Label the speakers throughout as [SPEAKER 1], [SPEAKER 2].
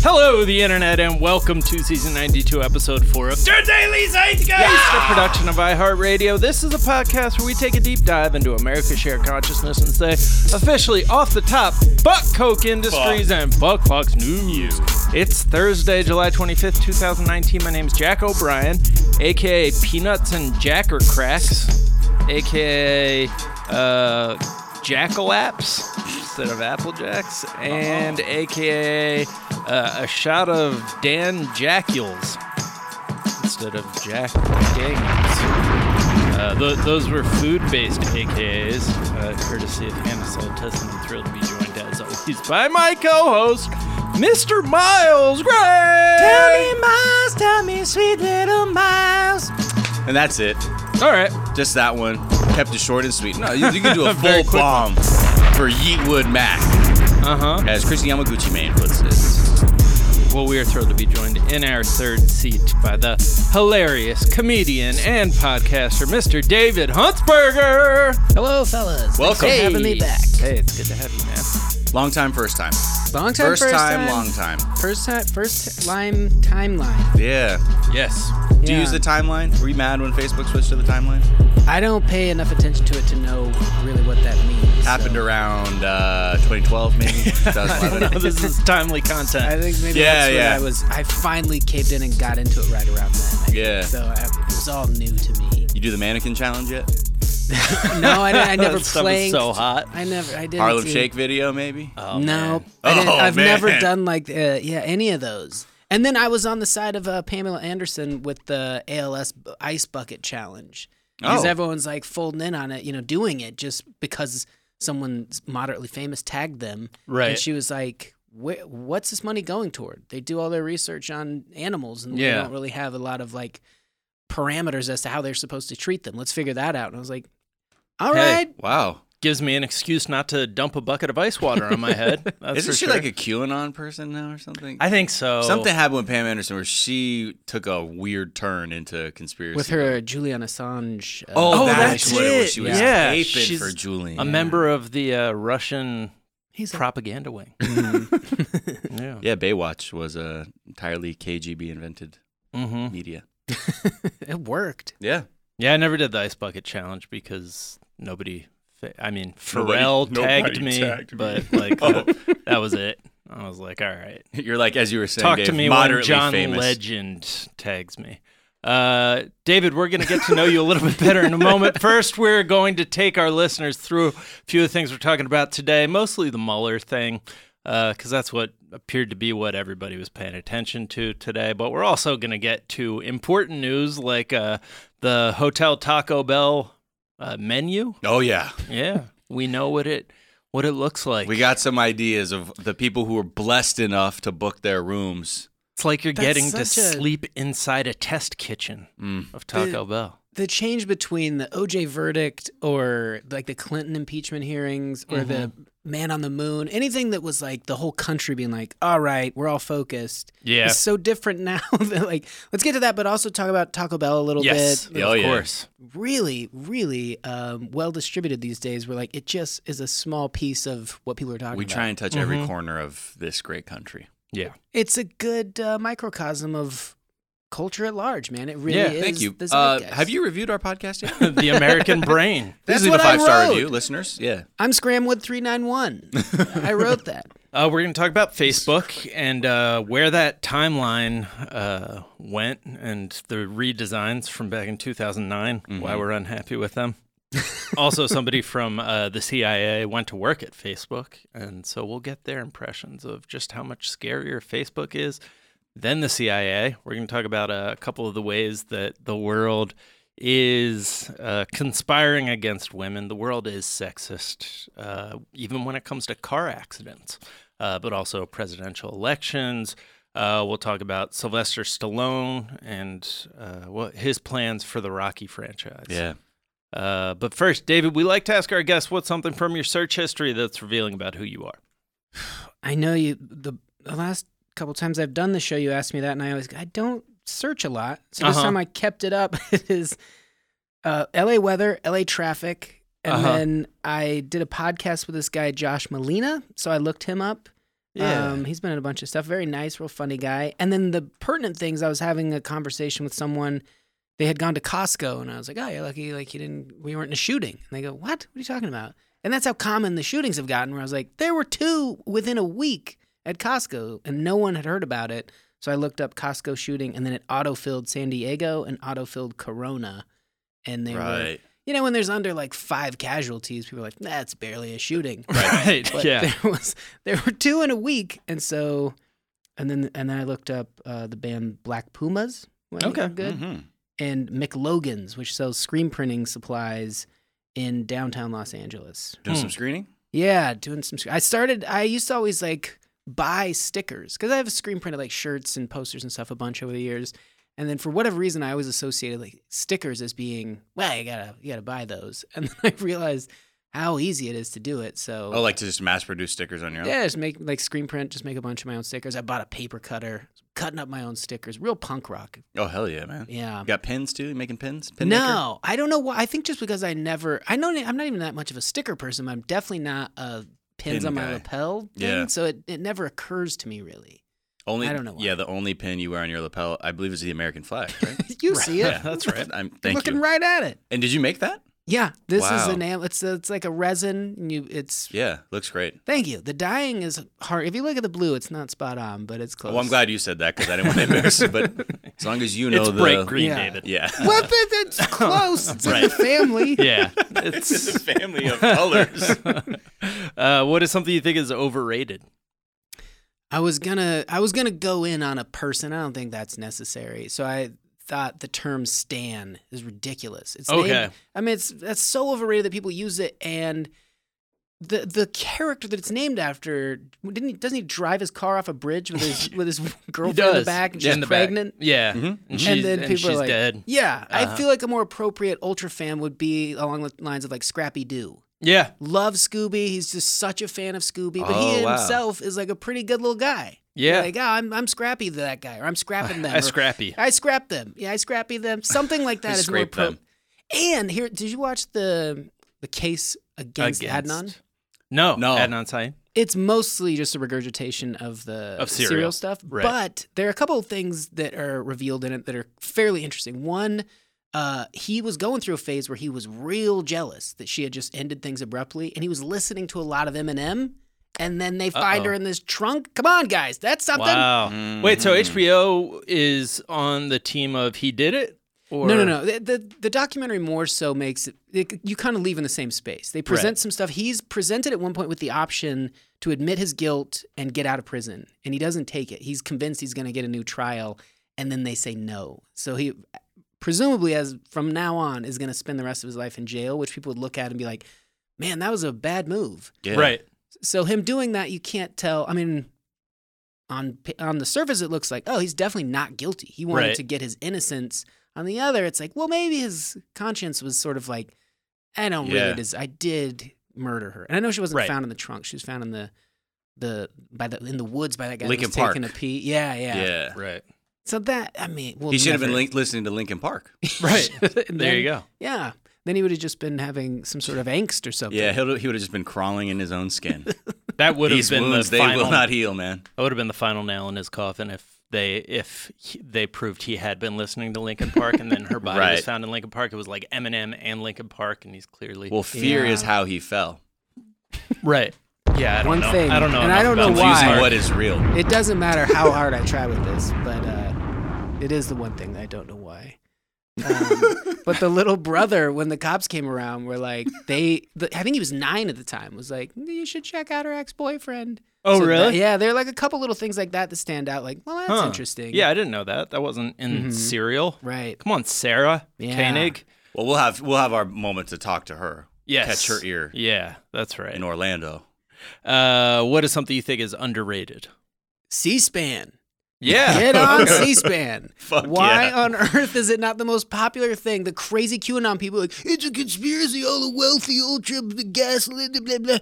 [SPEAKER 1] Hello, the internet, and welcome to season 92, episode 4 of Dirt Daily Zeitgeist, a production of iHeartRadio. This is a podcast where we take a deep dive into America's shared consciousness and say, officially off the top, Buck Coke Industries and Buck Fox News. It's Thursday, July 25th, 2019. My name's Jack O'Brien, aka Peanuts and Jacker Cracks, aka uh, Jackalaps instead of Apple Jacks, and aka uh, a shot of Dan Jackules instead of Jack Daniels. Uh, th- those were food-based AKAs, uh, courtesy of Hannah Soltis, and I'm thrilled to be joined as always by my co-host, Mr. Miles Gray. Tell me, Miles, tell me, sweet little Miles.
[SPEAKER 2] And that's it.
[SPEAKER 1] All right,
[SPEAKER 2] Just that one. Kept it short and sweet. No, you, you can do a
[SPEAKER 1] Very
[SPEAKER 2] full
[SPEAKER 1] quick.
[SPEAKER 2] bomb for Yeetwood Mac,
[SPEAKER 1] uh huh.
[SPEAKER 2] as Chrissy Yamaguchi man puts this.
[SPEAKER 1] Well, we are thrilled to be joined in our third seat by the hilarious comedian and podcaster, Mr. David Huntsberger.
[SPEAKER 3] Hello, fellas.
[SPEAKER 2] Welcome.
[SPEAKER 3] Thanks for having me back.
[SPEAKER 1] Hey, it's good to have you, man.
[SPEAKER 2] Long time, first time.
[SPEAKER 3] Long time,
[SPEAKER 2] First, time, long time.
[SPEAKER 3] First time, first time timeline.
[SPEAKER 2] Yeah.
[SPEAKER 1] Yes.
[SPEAKER 2] Do you
[SPEAKER 3] Yeah.
[SPEAKER 2] use the timeline? Were you mad when Facebook switched to the timeline?
[SPEAKER 3] I don't pay enough attention to it to know really what that means.
[SPEAKER 2] Happened
[SPEAKER 3] so.
[SPEAKER 2] around uh, 2012, maybe. 2011.
[SPEAKER 1] this is timely
[SPEAKER 3] I
[SPEAKER 1] content.
[SPEAKER 3] think maybe
[SPEAKER 2] Yeah,
[SPEAKER 3] that's
[SPEAKER 2] yeah.
[SPEAKER 3] when I was. I finally caved in and got into it right around then. I think.
[SPEAKER 2] Yeah.
[SPEAKER 3] So I, it was all new to me.
[SPEAKER 2] You do the mannequin challenge yet?
[SPEAKER 3] No, I, didn't- I never
[SPEAKER 1] That stuff is
[SPEAKER 3] played.
[SPEAKER 1] so hot.
[SPEAKER 3] I never. I didn't.
[SPEAKER 2] Harlem
[SPEAKER 3] do-
[SPEAKER 2] Shake video, maybe?
[SPEAKER 1] Oh,
[SPEAKER 3] no,
[SPEAKER 1] man.
[SPEAKER 3] I didn't,
[SPEAKER 2] Oh,
[SPEAKER 3] I've never
[SPEAKER 2] man.
[SPEAKER 3] done like uh, yeah any of those. And then I was on the side of uh, Pamela Anderson with the ALS b- ice bucket challenge because
[SPEAKER 2] Oh.
[SPEAKER 3] everyone's like folding in on it, you know, doing it just because someone moderately famous tagged them.
[SPEAKER 1] Right.
[SPEAKER 3] And she was like, "Wh- "What's this money going toward?" They do all their research on animals, and
[SPEAKER 1] Yeah.
[SPEAKER 3] they don't really have a lot of like parameters as to how they're supposed to treat them. Let's figure that out. And I was like, "All
[SPEAKER 1] Hey,
[SPEAKER 3] right,
[SPEAKER 2] Wow.
[SPEAKER 1] Gives me an excuse not to dump a bucket of ice water on my head. That's
[SPEAKER 2] Isn't
[SPEAKER 1] for
[SPEAKER 2] she
[SPEAKER 1] sure.
[SPEAKER 2] like a QAnon person now or something?
[SPEAKER 1] I think so.
[SPEAKER 2] Something happened with Pam Anderson where she took a weird turn into conspiracy.
[SPEAKER 3] with
[SPEAKER 1] uh,
[SPEAKER 3] her Julian Assange." uh,
[SPEAKER 2] Oh,
[SPEAKER 1] Oh,
[SPEAKER 2] that is
[SPEAKER 1] that's
[SPEAKER 2] what it.
[SPEAKER 1] it.
[SPEAKER 2] was. She was
[SPEAKER 1] Yeah,
[SPEAKER 2] aping
[SPEAKER 1] she's
[SPEAKER 2] for Julian.
[SPEAKER 1] A member of the uh, Russian
[SPEAKER 3] He's a-
[SPEAKER 1] propaganda wing. yeah.
[SPEAKER 2] yeah, Baywatch was uh, entirely KGB invented
[SPEAKER 1] Mm-hmm.
[SPEAKER 2] media.
[SPEAKER 3] it worked.
[SPEAKER 2] Yeah.
[SPEAKER 1] Yeah, I never did the ice bucket challenge because nobody. Fa- I mean,
[SPEAKER 2] Nobody-
[SPEAKER 1] Pharrell
[SPEAKER 2] nobody
[SPEAKER 1] tagged, me,
[SPEAKER 2] tagged me.
[SPEAKER 1] but like
[SPEAKER 2] Oh.
[SPEAKER 1] that, that was it. I was like, all right,
[SPEAKER 2] You're like, as you were saying,
[SPEAKER 1] talk
[SPEAKER 2] Dave,
[SPEAKER 1] to me when
[SPEAKER 2] moderately
[SPEAKER 1] John
[SPEAKER 2] famous.
[SPEAKER 1] Legend tags me. Uh, David, we're going to get to know you a little bit better in a moment. First, we're going to take our listeners through a few of the things we're talking about today, mostly the Mueller thing, because that's what appeared to be what everybody was paying attention to today. But we're also going to get to important news like uh, the Hotel Taco Bell uh, menu.
[SPEAKER 2] Oh, yeah.
[SPEAKER 1] Yeah, we know what it what it looks like.
[SPEAKER 2] We got some ideas of the people who were blessed enough to book their rooms.
[SPEAKER 1] It's like you're
[SPEAKER 3] That's
[SPEAKER 1] getting to
[SPEAKER 3] such a-
[SPEAKER 1] sleep inside a test kitchen of Taco Bell.
[SPEAKER 3] the change between the OJ verdict or like the Clinton impeachment hearings or the man on the moon, anything that was like the whole country being like, all right, we're all focused.
[SPEAKER 1] Yeah.
[SPEAKER 3] It's so different now that like, let's get to that, but also talk about Taco Bell a little
[SPEAKER 1] Yes,
[SPEAKER 3] bit.
[SPEAKER 2] Oh,
[SPEAKER 1] of
[SPEAKER 2] yeah.
[SPEAKER 1] course.
[SPEAKER 3] Really, really um, well distributed these days where like it just is a small piece of what people are talking
[SPEAKER 2] We
[SPEAKER 3] about.
[SPEAKER 2] try and touch every
[SPEAKER 1] Mm-hmm.
[SPEAKER 2] corner of this great country.
[SPEAKER 1] Yeah.
[SPEAKER 3] it's a good uh, microcosm of culture at large, man. It really
[SPEAKER 1] Yeah,
[SPEAKER 3] is.
[SPEAKER 2] Thank you.
[SPEAKER 3] the
[SPEAKER 2] Uh,
[SPEAKER 3] zeitgeist.
[SPEAKER 2] have you reviewed our podcast yet? Please
[SPEAKER 1] the American brain.
[SPEAKER 3] That's
[SPEAKER 2] leave
[SPEAKER 3] what
[SPEAKER 2] a
[SPEAKER 3] I
[SPEAKER 2] five star
[SPEAKER 3] wrote.
[SPEAKER 2] review, listeners. Yeah.
[SPEAKER 3] I'm Scramwood391. I wrote that.
[SPEAKER 1] Uh, we're going to talk about Facebook and uh, where that timeline uh, went and the redesigns from back in 2009, why we're unhappy with them. also, somebody from uh, the CIA went to work at Facebook. And so we'll get their impressions of just how much scarier Facebook is than the CIA. We're going to talk about uh, a couple of the ways that the world is uh, conspiring against women. The world is sexist, uh, even when it comes to car accidents, uh, but also presidential elections. Uh, we'll talk about Sylvester Stallone and uh, what his plans for the Rocky franchise.
[SPEAKER 2] Yeah.
[SPEAKER 1] Uh, but first, David, we like to ask our guests what's something from your search history that's revealing about who you are.
[SPEAKER 3] I know you. The, the last couple times I've done the show, you asked me that, and I always I don't search a lot. So this
[SPEAKER 1] Uh-huh.
[SPEAKER 3] time I kept it up. It is uh, L.A. weather, L.A. traffic, and
[SPEAKER 1] Uh-huh.
[SPEAKER 3] then I did a podcast with this guy Josh Molina. So I looked him up,
[SPEAKER 4] Yeah.
[SPEAKER 3] Um, he's been in a bunch of stuff. Very nice, real funny guy. And then the pertinent things, I was having a conversation with someone. They had gone to Costco, and I was like, "Oh, you're lucky. Like you didn't. We weren't in a shooting." And they go, "What? What are you talking about?" And that's how common the shootings have gotten. Where I was like, "There were two within a week at Costco, and no one had heard about it." So I looked up Costco shooting, and then it autofilled San Diego and autofilled Corona, and they were
[SPEAKER 2] Right.
[SPEAKER 3] you know, when there's under like five casualties, people are like, that's barely a shooting.
[SPEAKER 4] Right.
[SPEAKER 3] But
[SPEAKER 4] yeah.
[SPEAKER 3] there was there were two in a week, and so, and then and then I looked up uh, the band Black Pumas. which I think
[SPEAKER 4] Okay. Mm.
[SPEAKER 3] are good
[SPEAKER 2] Mhm.
[SPEAKER 3] and McLogan's, which sells screen printing supplies in downtown Los Angeles.
[SPEAKER 2] Doing
[SPEAKER 4] Hmm.
[SPEAKER 2] some screening.
[SPEAKER 3] Yeah, doing some. sc- I started. I used to always like buy stickers because I have a screen printed like shirts and posters and stuff a bunch over the years. And then for whatever reason, I always associated like stickers as being well, you gotta you gotta buy those. And then I realized how easy it is to do it. So
[SPEAKER 2] Oh, like to just mass produce stickers on your own.
[SPEAKER 3] yeah, just make like screen print, just make a bunch of my own stickers. I bought a paper cutter, cutting up my own stickers, real punk rock.
[SPEAKER 2] Oh hell yeah, man.
[SPEAKER 3] Yeah.
[SPEAKER 2] You got pins too? You making pins? Pin maker?
[SPEAKER 3] no, I don't know why. I think just because I never, I know I'm not even that much of a sticker person. But I'm definitely not a pins
[SPEAKER 2] Pin
[SPEAKER 3] on my
[SPEAKER 2] guy.
[SPEAKER 3] lapel thing.
[SPEAKER 2] Yeah.
[SPEAKER 3] So it, it never occurs to me really.
[SPEAKER 2] Only
[SPEAKER 3] I don't know why.
[SPEAKER 2] Yeah, the only pin you wear on your lapel, I believe, is the American flag. Right?
[SPEAKER 3] You see it.
[SPEAKER 2] yeah, that's right. I'm
[SPEAKER 3] You're
[SPEAKER 2] thank
[SPEAKER 3] looking
[SPEAKER 2] you.
[SPEAKER 3] right at it.
[SPEAKER 2] And did you make that?
[SPEAKER 3] Yeah. This is
[SPEAKER 2] Wow.
[SPEAKER 3] an am- it's it's like a resin. And you it's
[SPEAKER 2] Yeah, looks great.
[SPEAKER 3] thank you. The dyeing is hard. If you look at the blue, it's not spot on, but it's close.
[SPEAKER 2] Well, Oh, I'm glad you said that because I didn't want to embarrass you. But as long as you know
[SPEAKER 4] it's
[SPEAKER 2] the
[SPEAKER 4] bright green,
[SPEAKER 3] Yeah.
[SPEAKER 4] David.
[SPEAKER 2] yeah,
[SPEAKER 3] Well, but it's close. It's in
[SPEAKER 2] Right.
[SPEAKER 3] the family.
[SPEAKER 4] Yeah.
[SPEAKER 2] it's
[SPEAKER 4] It's.
[SPEAKER 2] a family of colors.
[SPEAKER 4] uh, what is something you think is overrated?
[SPEAKER 3] I was gonna I was gonna go in on a person. I don't think that's necessary. So I thought the term stan is ridiculous. It's named-
[SPEAKER 4] Okay.
[SPEAKER 3] I mean it's that's so overrated that people use it and the the character that it's named after didn't he, doesn't he drive his car off a bridge with his with his girlfriend in the back and
[SPEAKER 4] Yeah,
[SPEAKER 3] she's
[SPEAKER 4] in the back.
[SPEAKER 3] pregnant?
[SPEAKER 4] Yeah.
[SPEAKER 2] Mhm.
[SPEAKER 4] And,
[SPEAKER 2] And
[SPEAKER 4] she's,
[SPEAKER 3] and then people
[SPEAKER 4] she's
[SPEAKER 3] are like,
[SPEAKER 4] dead.
[SPEAKER 3] Yeah, I
[SPEAKER 4] Uh-huh.
[SPEAKER 3] feel like a more appropriate ultra fan would be along the lines of like Scrappy Doo
[SPEAKER 4] Yeah.
[SPEAKER 3] loves Scooby. He's just such a fan of Scooby, but
[SPEAKER 2] Oh,
[SPEAKER 3] he
[SPEAKER 2] wow.
[SPEAKER 3] himself is like a pretty good little guy.
[SPEAKER 4] Yeah.
[SPEAKER 3] like oh, I'm I'm scrappy to that guy, or I'm scrapping them.
[SPEAKER 4] I
[SPEAKER 3] or,
[SPEAKER 4] scrappy.
[SPEAKER 3] I scrap them. Yeah, I scrappy them. Something like
[SPEAKER 2] I
[SPEAKER 3] that is more
[SPEAKER 2] scrape
[SPEAKER 3] pro.
[SPEAKER 2] them.
[SPEAKER 3] And here, did you watch the the case against,
[SPEAKER 4] Against.
[SPEAKER 3] Adnan?
[SPEAKER 4] Uh, No.
[SPEAKER 2] No.
[SPEAKER 4] Adnan Saeed.
[SPEAKER 3] It's mostly just a regurgitation of the
[SPEAKER 4] Of cereal.
[SPEAKER 3] stuff,
[SPEAKER 4] Right.
[SPEAKER 3] but there are a couple of things that are revealed in it that are fairly interesting. One. Uh, he was going through a phase where he was real jealous that she had just ended things abruptly, and he was listening to a lot of Eminem. And then they find
[SPEAKER 4] Uh-oh.
[SPEAKER 3] her in this trunk. Come on, guys, that's something.
[SPEAKER 4] Wow. Wait, so
[SPEAKER 2] Mhm.
[SPEAKER 4] HBO is on the team of he did it? Or
[SPEAKER 3] No, no, no. The, the the documentary more so makes it, it- you kind of leave in the same space. They present some stuff. He's presented at one point with the option to admit his guilt and get out of prison, and he doesn't take it. He's convinced he's going to get a new trial, and then they say no. So he presumably, as from now on, is going to spend the rest of his life in jail, which people would look at and be like, "Man, that was a bad move."
[SPEAKER 2] Yeah.
[SPEAKER 4] Right.
[SPEAKER 3] So him doing that, you can't tell. I mean, on p- on the surface, it looks like oh, he's definitely not guilty. He wanted
[SPEAKER 4] Right.
[SPEAKER 3] to get his innocence. On the other, it's like well, maybe his conscience was sort of like, I don't really.
[SPEAKER 2] Yeah.
[SPEAKER 3] Des- I did murder her, and I know she wasn't
[SPEAKER 4] Right.
[SPEAKER 3] found in the trunk. She was found in the the by the in the woods by that guy
[SPEAKER 2] Lincoln
[SPEAKER 3] that was taking a
[SPEAKER 2] Park.
[SPEAKER 3] pee. Yeah, yeah,
[SPEAKER 2] Yeah.
[SPEAKER 4] Right.
[SPEAKER 3] So that I mean, well,
[SPEAKER 2] he should have been
[SPEAKER 3] never-
[SPEAKER 2] link- listening to Linkin Park.
[SPEAKER 4] Right. there
[SPEAKER 3] And
[SPEAKER 4] you
[SPEAKER 3] then-
[SPEAKER 4] go.
[SPEAKER 3] Yeah. Then he would have just been having some sort of angst or something.
[SPEAKER 2] Yeah, he'll, he would have just been crawling in his own skin.
[SPEAKER 4] That would have
[SPEAKER 2] These
[SPEAKER 4] been the
[SPEAKER 2] wounds, they will
[SPEAKER 4] final.
[SPEAKER 2] not heal, man.
[SPEAKER 4] That would have been the final nail in his coffin if they if he, they proved he had been listening to Linkin Park and then her body was
[SPEAKER 2] Right.
[SPEAKER 4] found in Linkin Park. It was like Eminem and Linkin Park, and he's clearly
[SPEAKER 2] Well, fear
[SPEAKER 3] Yeah.
[SPEAKER 2] is how he fell.
[SPEAKER 4] right. Yeah, I don't
[SPEAKER 3] One
[SPEAKER 4] know.
[SPEAKER 3] thing,
[SPEAKER 4] I don't know.
[SPEAKER 3] and I
[SPEAKER 4] enough
[SPEAKER 3] don't
[SPEAKER 4] about
[SPEAKER 3] know
[SPEAKER 4] Linkin
[SPEAKER 3] why.
[SPEAKER 2] Confusing
[SPEAKER 4] Park.
[SPEAKER 2] what is real.
[SPEAKER 3] It doesn't matter how hard I try with this, but uh, it is the one thing that I don't know why. Um, but the little brother, when the cops came around, were like, they, the, I think he was nine at the time, was like, you should check out her ex boyfriend.
[SPEAKER 4] Oh, really?
[SPEAKER 3] yeah, there are like a couple little things like that that stand out. Like, well, that's
[SPEAKER 4] Huh. Mm-hmm.
[SPEAKER 3] interesting.
[SPEAKER 4] Yeah, I didn't know that. That wasn't in
[SPEAKER 3] Mhm.
[SPEAKER 4] Serial.
[SPEAKER 3] Right.
[SPEAKER 4] Come on, Sarah
[SPEAKER 3] Yeah.
[SPEAKER 4] Koenig.
[SPEAKER 2] Well, we'll have we'll have our moment to talk to her.
[SPEAKER 4] Yes.
[SPEAKER 2] Catch her ear
[SPEAKER 4] Yeah, that's right.
[SPEAKER 2] in Orlando.
[SPEAKER 4] Uh, what is something you think is underrated?
[SPEAKER 3] C SPAN.
[SPEAKER 4] Yeah.
[SPEAKER 3] Get on C SPAN.
[SPEAKER 2] Fuck
[SPEAKER 3] Why
[SPEAKER 2] yeah.
[SPEAKER 3] on earth is it not the most popular thing? The crazy QAnon people are like, it's a conspiracy, all the wealthy, ultra, the gaslit, blah, blah, blah.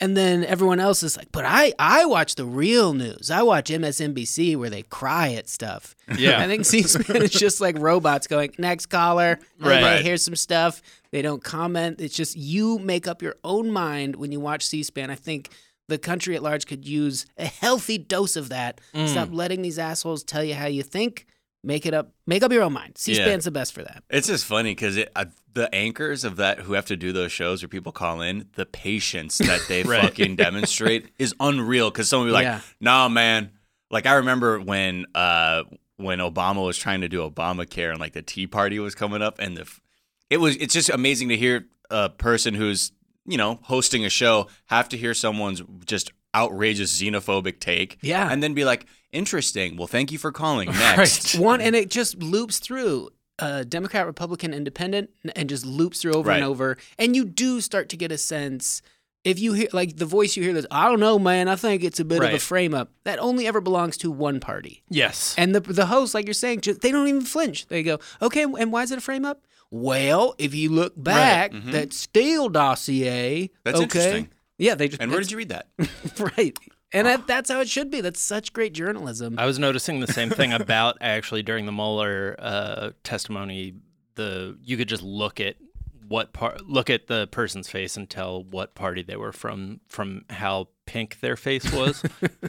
[SPEAKER 3] And then everyone else is like, but I, I watch the real news. I watch MSNBC where they cry at stuff.
[SPEAKER 4] Yeah.
[SPEAKER 3] I think C-SPAN is just like robots going, next caller.
[SPEAKER 4] Right.
[SPEAKER 3] Right. Here's some stuff. They don't comment. It's just you make up your own mind when you watch C-SPAN. I think the country at large could use a healthy dose of that.
[SPEAKER 4] Mm.
[SPEAKER 3] Stop letting these assholes tell you how you think. Make it up. Make up your own mind. C-SPAN's the best for that.
[SPEAKER 2] It's just funny because it, uh, the anchors of that who have to do those shows where people call in, the patience that they fucking demonstrate is unreal. Because someone be like,
[SPEAKER 3] Yeah.
[SPEAKER 2] "Nah, man." Like I remember when uh when Obama was trying to do Obamacare and like the Tea Party was coming up, and the f- it was it's just amazing to hear a person who's you know hosting a show have to hear someone's just outrageous xenophobic take,
[SPEAKER 3] Yeah.
[SPEAKER 2] and then be like, "Interesting. Well, thank you for calling." Next.
[SPEAKER 3] One and it just loops through uh, Democrat, Republican, Independent, n- and just loops through over and
[SPEAKER 2] Right.
[SPEAKER 3] over. And you do start to get a sense if you hear like the voice you hear that's I don't know, man. I think it's a bit of a
[SPEAKER 2] Right.
[SPEAKER 3] frame up that only ever belongs to one party.
[SPEAKER 4] Yes.
[SPEAKER 3] And the the host, like you're saying, just, they don't even flinch. They go, okay, and why is it a frame up? Well, if you look back, that Steele dossier.
[SPEAKER 2] Mm-hmm. That's
[SPEAKER 3] okay,
[SPEAKER 2] interesting.
[SPEAKER 3] Yeah, they just
[SPEAKER 2] And Oh. where did you read that?
[SPEAKER 3] you right? And that, that's how it should be. That's such great journalism.
[SPEAKER 4] I was noticing the same thing about actually during the Mueller uh, testimony. The you could just look at what part, look at the person's face and tell what party they were from from how pink their face was.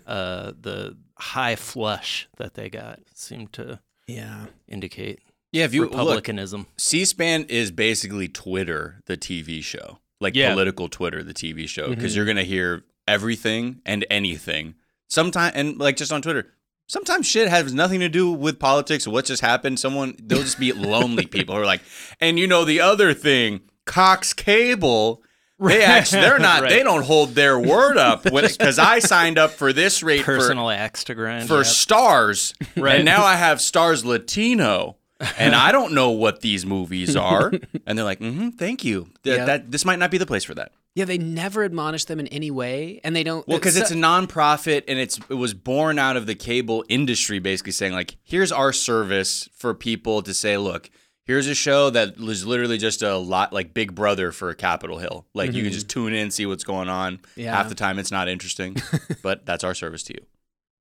[SPEAKER 4] uh, the high flush that they got seemed to
[SPEAKER 3] yeah.
[SPEAKER 4] indicate
[SPEAKER 2] Yeah, if you look,
[SPEAKER 4] republicanism.
[SPEAKER 2] C-SPAN is basically Twitter, the TV show, like
[SPEAKER 4] Yeah.
[SPEAKER 2] political Twitter, the TV show, because you're gonna hear everything and anything. Sometimes, and like just on Twitter, sometimes shit has nothing to do with politics. What just happened? Someone they'll just be lonely people who are like, and you know the other thing, Cox Cable. They actually, they're not. They
[SPEAKER 4] Right.
[SPEAKER 2] don't hold their word up because I signed up for this rate for
[SPEAKER 4] Personal axe to grind.
[SPEAKER 2] for
[SPEAKER 4] yeah.
[SPEAKER 2] stars.
[SPEAKER 4] Right.
[SPEAKER 2] And now I have stars Latino. and I don't know what these movies are. and they're like, mm-hmm, thank you. Th-
[SPEAKER 3] Yeah.
[SPEAKER 2] That this might not be the place for that.
[SPEAKER 3] Yeah, they never admonish them in any way, and they don't.
[SPEAKER 2] Well, because it's a
[SPEAKER 3] so-
[SPEAKER 2] nonprofit and it's it was born out of the cable industry, basically saying like, here's our service for people to say, look, here's a show that was literally just a lot like Big Brother for Capitol Hill. Like you can just tune in, see what's going on.
[SPEAKER 3] Yeah.
[SPEAKER 2] Half the time it's not interesting, but that's our service to you.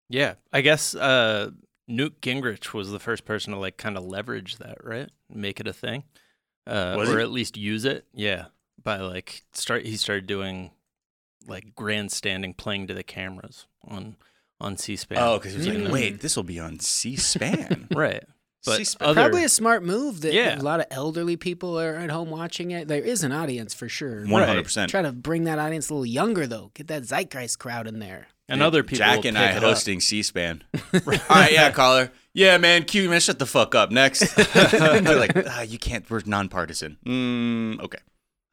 [SPEAKER 4] yeah, I guess uh, Newt Gingrich was the first person to like kind of leverage that, right? Make it a thing, uh,
[SPEAKER 2] Was
[SPEAKER 4] or
[SPEAKER 2] he?
[SPEAKER 4] at least use it. Yeah, by like start he started doing like grandstanding, playing to the cameras on on C-SPAN.
[SPEAKER 2] Oh, because it was
[SPEAKER 4] even
[SPEAKER 1] Mm-hmm.
[SPEAKER 2] like,
[SPEAKER 4] though-
[SPEAKER 2] wait, this will be on C-SPAN.
[SPEAKER 4] right? But
[SPEAKER 2] C-SPAN.
[SPEAKER 4] other-
[SPEAKER 3] probably a smart move that
[SPEAKER 4] Yeah.
[SPEAKER 3] a lot of elderly people are at home watching it. There is an audience for sure.
[SPEAKER 2] One hundred percent.
[SPEAKER 3] Try to bring that audience a little younger though. Get that zeitgeist crowd in there.
[SPEAKER 4] and other people.
[SPEAKER 2] Jack
[SPEAKER 4] will
[SPEAKER 2] and
[SPEAKER 4] pick
[SPEAKER 2] I
[SPEAKER 4] it up.
[SPEAKER 2] hosting C-SPAN. All right, yeah, caller. Yeah, man, Q, man, shut the fuck up. Next, they're like, ah, you can't. We're nonpartisan. Mm, okay.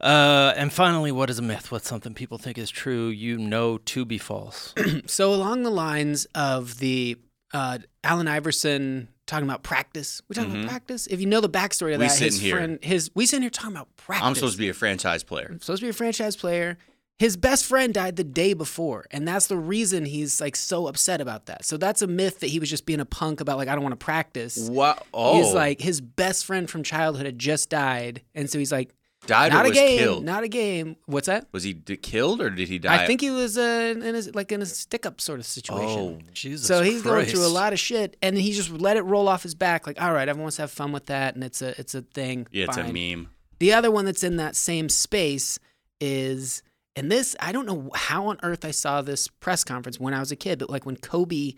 [SPEAKER 4] Uh, and finally, what is a myth? What's something people think is true you know to be false?
[SPEAKER 3] So along the lines of the uh, Allen Iverson talking about practice, we talking about practice. If you know the backstory
[SPEAKER 2] Mm-hmm.
[SPEAKER 3] of
[SPEAKER 2] We
[SPEAKER 3] that,
[SPEAKER 2] sitting
[SPEAKER 3] his
[SPEAKER 2] here.
[SPEAKER 3] friend, his we sitting here talking about practice.
[SPEAKER 2] I'm supposed to be a franchise player.
[SPEAKER 3] supposed to be a franchise player. His best friend died the day before, and that's the reason he's like so upset about that. So that's a myth that he was just being a punk about like I don't want to practice.
[SPEAKER 2] What? Oh,
[SPEAKER 3] He's like his best friend from childhood had just died, and so he's like,
[SPEAKER 2] died
[SPEAKER 3] not
[SPEAKER 2] or
[SPEAKER 3] a
[SPEAKER 2] was
[SPEAKER 3] game,
[SPEAKER 2] killed?
[SPEAKER 3] not a game. What's that?
[SPEAKER 2] was he d- killed or did he die?
[SPEAKER 3] I think he was uh, in a, like in a stick-up sort of situation.
[SPEAKER 2] Oh,
[SPEAKER 4] Jesus.
[SPEAKER 3] So he's going
[SPEAKER 4] Christ.
[SPEAKER 3] through a lot of shit, and he just let it roll off his back. Like, all right, everyone wants to have fun with that, and it's a it's a thing.
[SPEAKER 2] yeah, it's
[SPEAKER 3] Fine.
[SPEAKER 2] a meme.
[SPEAKER 3] The other one that's in that same space is, and this I don't know how on earth I saw this press conference when I was a kid, but like when Kobe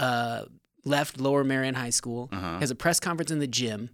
[SPEAKER 3] uh, left Lower Marion High School,
[SPEAKER 2] Uh-huh.
[SPEAKER 3] has a press conference in the gym.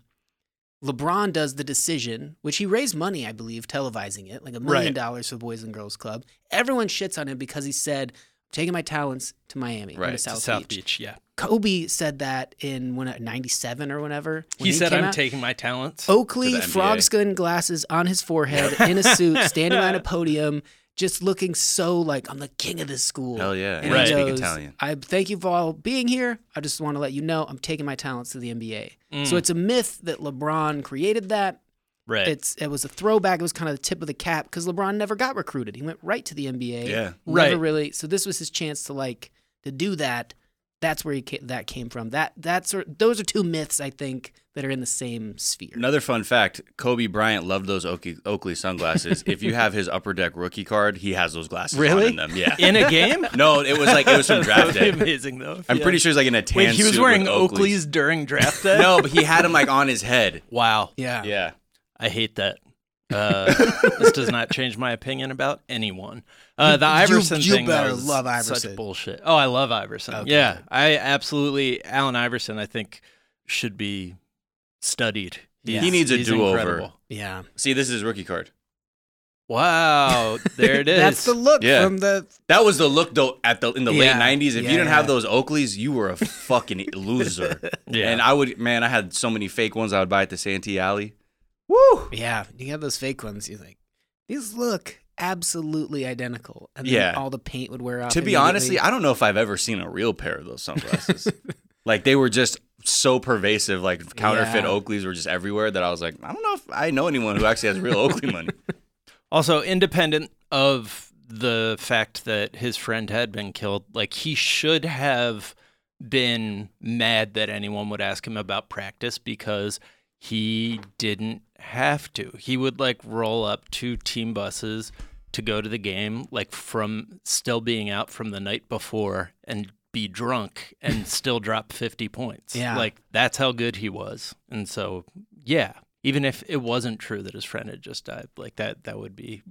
[SPEAKER 3] LeBron does the decision, which he raised money, I believe, televising it, like a million
[SPEAKER 4] Right.
[SPEAKER 3] dollars for the Boys and Girls Club. Everyone shits on him because he said, "I'm taking my talents to Miami,
[SPEAKER 2] Right,
[SPEAKER 3] to
[SPEAKER 2] to
[SPEAKER 4] To
[SPEAKER 3] South,
[SPEAKER 4] South
[SPEAKER 3] Beach.
[SPEAKER 4] Beach. Yeah.
[SPEAKER 3] Kobe said that in when '97 or whenever. when
[SPEAKER 4] he said,
[SPEAKER 3] came
[SPEAKER 4] "I'm
[SPEAKER 3] out. Oh,
[SPEAKER 4] taking my talents."
[SPEAKER 3] Oakley
[SPEAKER 2] to the NBA.
[SPEAKER 3] frogskin glasses on his forehead in a suit, standing on a podium, just looking so like I'm the king of this school.
[SPEAKER 2] Hell yeah,
[SPEAKER 3] And
[SPEAKER 2] and I
[SPEAKER 3] he
[SPEAKER 2] speak
[SPEAKER 3] goes,
[SPEAKER 2] Italian.
[SPEAKER 3] I thank you for all being here. I just want to let you know I'm taking my talents to the NBA.
[SPEAKER 2] Mm.
[SPEAKER 3] So it's a myth that LeBron created that.
[SPEAKER 4] right.
[SPEAKER 3] It's it was a throwback. It was kind of the tip of the cap because LeBron never got recruited. He went right to the NBA.
[SPEAKER 2] Yeah.
[SPEAKER 3] never
[SPEAKER 4] Right.
[SPEAKER 3] really. So this was his chance to like to do that. That's where he ca- that came from. That that's or, those are two myths I think that are in the same sphere.
[SPEAKER 2] Another fun fact: Kobe Bryant loved those Oakley, Oakley sunglasses. if you have his Upper Deck rookie card, he has those glasses. on
[SPEAKER 4] Really?
[SPEAKER 2] in them. Yeah.
[SPEAKER 4] in a game.
[SPEAKER 2] no, it was like it was from
[SPEAKER 4] that would
[SPEAKER 2] draft
[SPEAKER 4] be
[SPEAKER 2] day.
[SPEAKER 4] amazing though. if
[SPEAKER 2] I'm
[SPEAKER 4] he
[SPEAKER 2] pretty
[SPEAKER 4] had-
[SPEAKER 2] sure he's like in a tan
[SPEAKER 4] Wait, he was
[SPEAKER 2] suit
[SPEAKER 4] wearing
[SPEAKER 2] with Oakley's.
[SPEAKER 4] Oakley's during draft day.
[SPEAKER 2] No, but he had him like on his head.
[SPEAKER 4] Wow.
[SPEAKER 3] Yeah.
[SPEAKER 2] Yeah.
[SPEAKER 4] I hate that.
[SPEAKER 1] Uh, this does not change my opinion about anyone. Uh, the
[SPEAKER 3] You-
[SPEAKER 1] Iverson
[SPEAKER 3] you
[SPEAKER 1] thing, though,
[SPEAKER 3] better
[SPEAKER 1] is
[SPEAKER 3] love
[SPEAKER 1] Such
[SPEAKER 3] Iverson.
[SPEAKER 1] bullshit. Oh, I love Iverson.
[SPEAKER 3] Okay,
[SPEAKER 1] yeah,
[SPEAKER 3] good.
[SPEAKER 1] I absolutely. Allen Iverson, I think, should be studied.
[SPEAKER 3] Yeah.
[SPEAKER 1] He's-
[SPEAKER 2] He needs a
[SPEAKER 1] he's
[SPEAKER 2] do-over.
[SPEAKER 1] incredible.
[SPEAKER 3] Yeah.
[SPEAKER 2] See, this is his rookie card.
[SPEAKER 1] Wow, there it is.
[SPEAKER 3] That's the look
[SPEAKER 2] Yeah.
[SPEAKER 3] from the
[SPEAKER 2] That was the look though at the in the
[SPEAKER 3] Yeah.
[SPEAKER 2] late '90s. If
[SPEAKER 3] Yeah,
[SPEAKER 2] you didn't
[SPEAKER 3] yeah.
[SPEAKER 2] have those Oakleys, you were a fucking loser.
[SPEAKER 1] yeah.
[SPEAKER 2] And I would, man, I had so many fake ones I would buy at the Santee Alley.
[SPEAKER 1] Woo!
[SPEAKER 3] Yeah, you have those fake ones. You're like, these look absolutely identical, and then
[SPEAKER 2] Yeah.
[SPEAKER 3] all the paint would wear off.
[SPEAKER 2] to be honestly, I don't know if I've ever seen a real pair of those sunglasses. like they were just so pervasive. Like counterfeit
[SPEAKER 3] Yeah.
[SPEAKER 2] Oakleys were just everywhere that I was like, I don't know if I know anyone who actually has real Oakley money.
[SPEAKER 1] Also, independent of the fact that his friend had been killed, like he should have been mad that anyone would ask him about practice because he didn't have to. He would like roll up two team buses to go to the game, like from still being out from the night before and be drunk and still drop 50 points.
[SPEAKER 3] Yeah.
[SPEAKER 1] Like that's how good he was. And so, yeah, even if it wasn't true that his friend had just died, like that, that would be,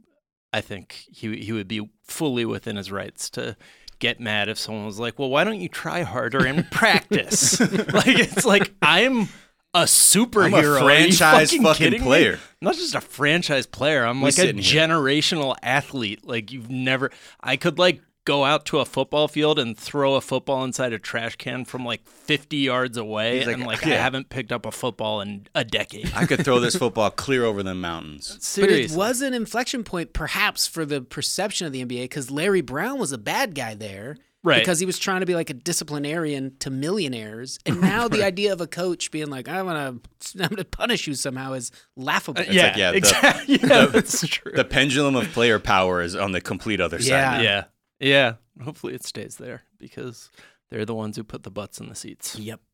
[SPEAKER 1] I think he, he would be fully within his rights to get mad if someone was like, well, why don't you try harder and practice? like, it's like, I'm a
[SPEAKER 2] I'm a
[SPEAKER 1] superhero. Are you
[SPEAKER 2] franchise
[SPEAKER 1] fucking,
[SPEAKER 2] fucking,
[SPEAKER 1] kidding me?
[SPEAKER 2] player.
[SPEAKER 1] I'm not just a franchise player. I'm like a
[SPEAKER 2] sitting here.
[SPEAKER 1] generational athlete. Like you've never. I could like go out to a football field and throw a football inside a trash can from like 50 yards away,
[SPEAKER 2] He's like,
[SPEAKER 1] and like I
[SPEAKER 2] yeah.
[SPEAKER 1] haven't picked up a football in a decade.
[SPEAKER 2] I could throw this football clear over the mountains.
[SPEAKER 3] but it
[SPEAKER 1] Seriously.
[SPEAKER 3] was an inflection point, perhaps for the perception of the NBA, because Larry Brown was a bad guy there,
[SPEAKER 1] Right.
[SPEAKER 3] Because he was trying to be like a disciplinarian to millionaires, and now the idea of a coach being like, "I'm gonna, I'm gonna punish you somehow," is laughable.
[SPEAKER 1] yeah,
[SPEAKER 2] like, Uh, yeah, the-
[SPEAKER 1] exactly. yeah, that's true.
[SPEAKER 2] The pendulum of player power is on the complete other
[SPEAKER 3] Yeah.
[SPEAKER 2] side.
[SPEAKER 1] yeah, yeah. Hopefully it stays there because they're the ones who put the butts in the seats.
[SPEAKER 3] Yep.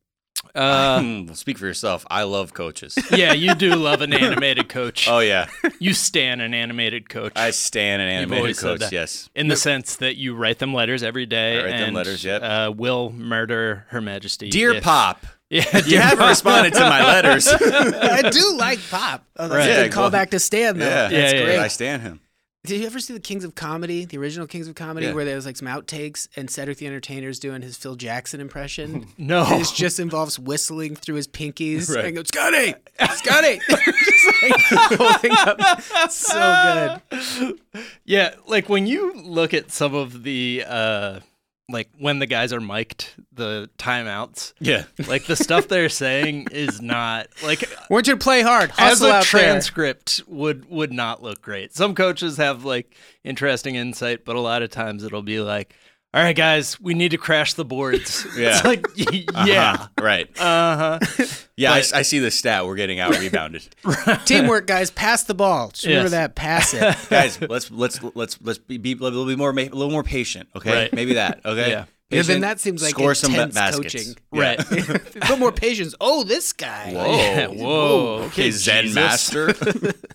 [SPEAKER 1] Uh,
[SPEAKER 2] Hmm, speak for yourself. I love coaches.
[SPEAKER 1] yeah, you do love an animated coach.
[SPEAKER 2] oh yeah,
[SPEAKER 1] You stand an animated coach.
[SPEAKER 2] I stand an animated
[SPEAKER 1] always said
[SPEAKER 2] coach.
[SPEAKER 1] that.
[SPEAKER 2] Yes.
[SPEAKER 1] In the sense that you write them letters every day.
[SPEAKER 2] I write them
[SPEAKER 1] and,
[SPEAKER 2] letters, yep.
[SPEAKER 1] Uh, will murder Her Majesty.
[SPEAKER 2] Dear
[SPEAKER 1] if-
[SPEAKER 2] Pop,
[SPEAKER 1] Yeah,
[SPEAKER 2] you
[SPEAKER 1] dear
[SPEAKER 2] haven't
[SPEAKER 1] Pop.
[SPEAKER 2] responded to my letters.
[SPEAKER 3] I do like Pop. Oh, that's
[SPEAKER 2] Right.
[SPEAKER 3] a good
[SPEAKER 2] Yeah, well,
[SPEAKER 3] callback to Stan, though.
[SPEAKER 2] yeah,
[SPEAKER 3] That's
[SPEAKER 1] Yeah, yeah,
[SPEAKER 3] great.
[SPEAKER 1] yeah.
[SPEAKER 2] I stand him.
[SPEAKER 3] Did you ever see the Kings of Comedy, the original Kings of Comedy,
[SPEAKER 2] Yeah.
[SPEAKER 3] where there was like some outtakes and Cedric the Entertainer's doing his Phil Jackson impression?
[SPEAKER 1] No.
[SPEAKER 3] And it just involves whistling through his pinkies
[SPEAKER 2] Right.
[SPEAKER 3] and go, Scotty, Scotty. just like holding up. So good.
[SPEAKER 1] Yeah, like when you look at some of the, uh, like when the guys are mic'd, the timeouts,
[SPEAKER 2] Yeah.
[SPEAKER 1] like the stuff they're saying is not, like,
[SPEAKER 3] Want you to play hard.
[SPEAKER 1] as
[SPEAKER 3] Hustle
[SPEAKER 1] a
[SPEAKER 3] out
[SPEAKER 1] transcript would would not look great. Some coaches have like interesting insight, but a lot of times it'll be like, "All right, guys, we need to crash the boards."
[SPEAKER 2] Yeah.
[SPEAKER 1] It's like, y- yeah,
[SPEAKER 2] Uh-huh. Right.
[SPEAKER 1] uh huh.
[SPEAKER 2] Yeah, I s- I, see the stat. We're getting out rebounded.
[SPEAKER 3] there. Teamwork, guys. Pass the ball. Just Remember
[SPEAKER 1] Yes.
[SPEAKER 3] that. Pass it.
[SPEAKER 2] Guys, let's let's let's let's be, be a little bit more ma- a little more patient. Okay,
[SPEAKER 1] Right.
[SPEAKER 2] maybe that. Okay,
[SPEAKER 1] Yeah.
[SPEAKER 3] Because then
[SPEAKER 2] Patient,
[SPEAKER 3] that seems like
[SPEAKER 2] score some ba-
[SPEAKER 3] intense
[SPEAKER 2] baskets.
[SPEAKER 3] coaching.
[SPEAKER 1] Right.
[SPEAKER 3] Put more patience. Oh, this guy.
[SPEAKER 2] Whoa.
[SPEAKER 1] Yeah, whoa.
[SPEAKER 2] Okay, Zen
[SPEAKER 1] Jesus.
[SPEAKER 2] master.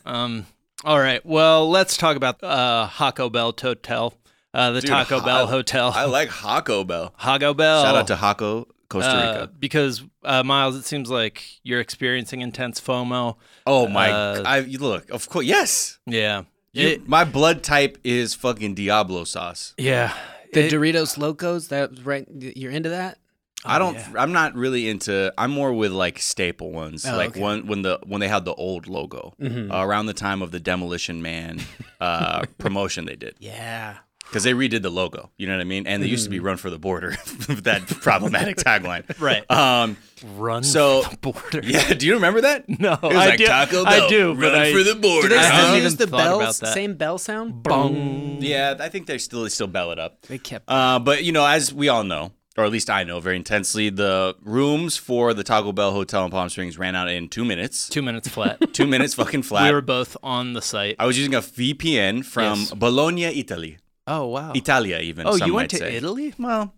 [SPEAKER 1] Um. All right. Well, let's talk about uh, Hako Bell Hotel, uh, the
[SPEAKER 2] Dude,
[SPEAKER 1] Taco
[SPEAKER 2] I-
[SPEAKER 1] Bell Hotel,
[SPEAKER 2] I like Hako Bell.
[SPEAKER 1] Hago Bell.
[SPEAKER 2] Shout out to Hako, Costa
[SPEAKER 1] Oh. uh,
[SPEAKER 2] Rica.
[SPEAKER 1] because uh, Miles, it seems like you're experiencing intense FOMO.
[SPEAKER 2] oh my!
[SPEAKER 1] uh,
[SPEAKER 2] I you look. Of course, yes.
[SPEAKER 1] Yeah.
[SPEAKER 2] You-
[SPEAKER 1] It-
[SPEAKER 2] my blood type is fucking Diablo sauce.
[SPEAKER 1] yeah.
[SPEAKER 3] The
[SPEAKER 1] It-
[SPEAKER 3] Doritos Locos, that right you're into that?
[SPEAKER 2] I don't.
[SPEAKER 1] Oh, yeah.
[SPEAKER 2] I'm not really into. I'm more with like staple ones,
[SPEAKER 3] Oh,
[SPEAKER 2] like
[SPEAKER 3] okay.
[SPEAKER 2] one when the when they had the old logo
[SPEAKER 1] Mm-hmm.
[SPEAKER 2] uh, around the time of the Demolition Man uh, promotion they did
[SPEAKER 3] Yeah.
[SPEAKER 2] because they redid the logo. You know what I mean? And they used to be "Run for the Border" with that problematic tagline.
[SPEAKER 1] Mm. Right.
[SPEAKER 2] Um.
[SPEAKER 1] Run
[SPEAKER 2] So-
[SPEAKER 1] for the border.
[SPEAKER 2] Yeah. Do you remember that?
[SPEAKER 1] No,
[SPEAKER 2] It was
[SPEAKER 1] Oh, I
[SPEAKER 2] like
[SPEAKER 1] do-
[SPEAKER 2] Taco
[SPEAKER 1] I
[SPEAKER 2] Bell.
[SPEAKER 1] do,
[SPEAKER 2] Run
[SPEAKER 1] but I-
[SPEAKER 2] for the border.
[SPEAKER 3] Do they
[SPEAKER 1] I
[SPEAKER 2] huh?
[SPEAKER 3] still
[SPEAKER 1] haven't
[SPEAKER 3] use
[SPEAKER 1] even
[SPEAKER 3] the
[SPEAKER 1] thought
[SPEAKER 3] bell
[SPEAKER 1] about that.
[SPEAKER 3] same bell sound?
[SPEAKER 1] Bong.
[SPEAKER 2] yeah, I think they still they still bell it up.
[SPEAKER 3] They kept
[SPEAKER 2] Uh, but you know, as we all know, or at least I know very intensely, the rooms for the Taco Bell Hotel in Palm Springs ran out in two minutes.
[SPEAKER 1] Two minutes flat.
[SPEAKER 2] Two minutes fucking flat.
[SPEAKER 1] we were both on the site.
[SPEAKER 2] I was using a VPN from
[SPEAKER 1] Yes.
[SPEAKER 2] Bologna, Italy.
[SPEAKER 1] Oh wow.
[SPEAKER 2] Italia, even.
[SPEAKER 1] oh,
[SPEAKER 2] some
[SPEAKER 1] you went
[SPEAKER 2] might
[SPEAKER 1] to
[SPEAKER 2] say.
[SPEAKER 1] Italy?
[SPEAKER 2] Well,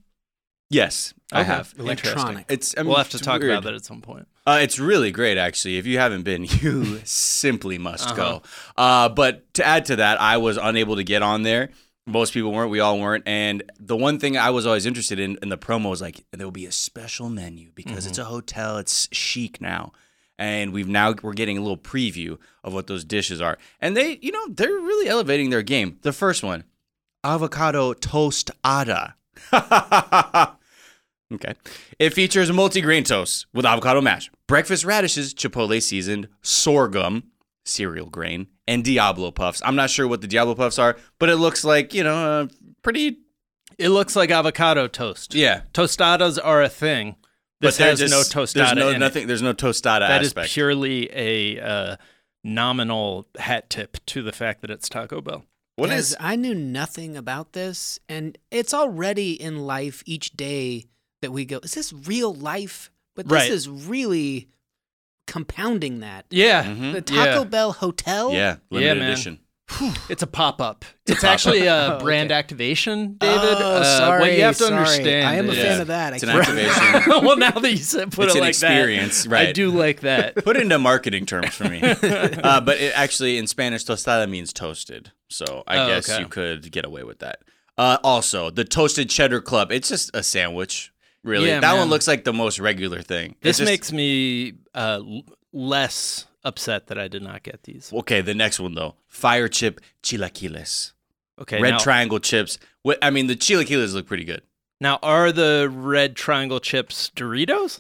[SPEAKER 2] yes, I
[SPEAKER 1] Okay.
[SPEAKER 2] have.
[SPEAKER 1] Interesting.
[SPEAKER 3] electronic.
[SPEAKER 2] It's. I mean,
[SPEAKER 1] We'll have to
[SPEAKER 2] it's
[SPEAKER 1] talk
[SPEAKER 2] weird.
[SPEAKER 1] about that at some point.
[SPEAKER 2] Uh, it's really great, actually. If you haven't been, you simply must go. Uh, but to add to that, I was unable to get on there. Most people weren't. We all weren't. And the one thing I was always interested in in the promo was like, there will be a special menu because it's a hotel. It's chic now. and we've now we're getting a little preview of what those dishes are. And they, you know, they're really elevating their game. The first one, avocado tostada. okay. It features multi-grain toast with avocado mash, breakfast radishes, chipotle seasoned, sorghum, cereal grain, and Diablo puffs. I'm not sure what the Diablo puffs are, but it looks like, you know, uh, pretty
[SPEAKER 1] It looks like avocado toast.
[SPEAKER 2] yeah.
[SPEAKER 1] Tostadas are a thing. This
[SPEAKER 2] but they're
[SPEAKER 1] has no
[SPEAKER 2] just-
[SPEAKER 1] tostada.
[SPEAKER 2] There's no
[SPEAKER 1] in it.
[SPEAKER 2] nothing. There's no tostada
[SPEAKER 1] That is
[SPEAKER 2] aspect.
[SPEAKER 1] purely a uh, nominal hat tip to the fact that it's Taco Bell.
[SPEAKER 2] what
[SPEAKER 3] Because
[SPEAKER 2] is?
[SPEAKER 3] I knew nothing about this, and it's already in life each day that we go. Is this real life? But this
[SPEAKER 1] Right.
[SPEAKER 3] is really compounding that.
[SPEAKER 1] Yeah,
[SPEAKER 2] Mhm.
[SPEAKER 3] The Taco
[SPEAKER 1] Yeah.
[SPEAKER 3] Bell Hotel.
[SPEAKER 2] Yeah, limited
[SPEAKER 1] oh, man.
[SPEAKER 2] edition.
[SPEAKER 1] it's a pop up. It's actually
[SPEAKER 3] Oh,
[SPEAKER 1] a
[SPEAKER 3] okay.
[SPEAKER 1] brand activation, David.
[SPEAKER 3] Oh,
[SPEAKER 1] Uh,
[SPEAKER 3] sorry,
[SPEAKER 1] what you have to
[SPEAKER 3] sorry.
[SPEAKER 1] understand.
[SPEAKER 3] I am a
[SPEAKER 1] is-
[SPEAKER 3] fan of that. I
[SPEAKER 2] It's an
[SPEAKER 3] can't-
[SPEAKER 2] activation.
[SPEAKER 1] well, now that you said, put
[SPEAKER 2] It's
[SPEAKER 1] it
[SPEAKER 2] an
[SPEAKER 1] like
[SPEAKER 2] experience,
[SPEAKER 1] that, I
[SPEAKER 2] right.
[SPEAKER 1] do like that.
[SPEAKER 2] Put it into marketing terms for me. uh, but it actually, in Spanish, tostada means toasted. So I
[SPEAKER 1] Oh,
[SPEAKER 2] guess
[SPEAKER 1] okay.
[SPEAKER 2] you could get away with that. Uh, also, the Toasted Cheddar Club. It's just a sandwich, really.
[SPEAKER 1] Yeah,
[SPEAKER 2] that
[SPEAKER 1] man.
[SPEAKER 2] one looks like the most regular thing. It
[SPEAKER 1] This
[SPEAKER 2] just-
[SPEAKER 1] makes me uh, l- less upset that I did not get these.
[SPEAKER 2] Okay, the next one, though. Fire Chip Chilaquiles.
[SPEAKER 1] Okay,
[SPEAKER 2] Red
[SPEAKER 1] now,
[SPEAKER 2] Triangle Chips. What, I mean, the Chilaquiles look pretty good.
[SPEAKER 1] now are the red triangle chips Doritos?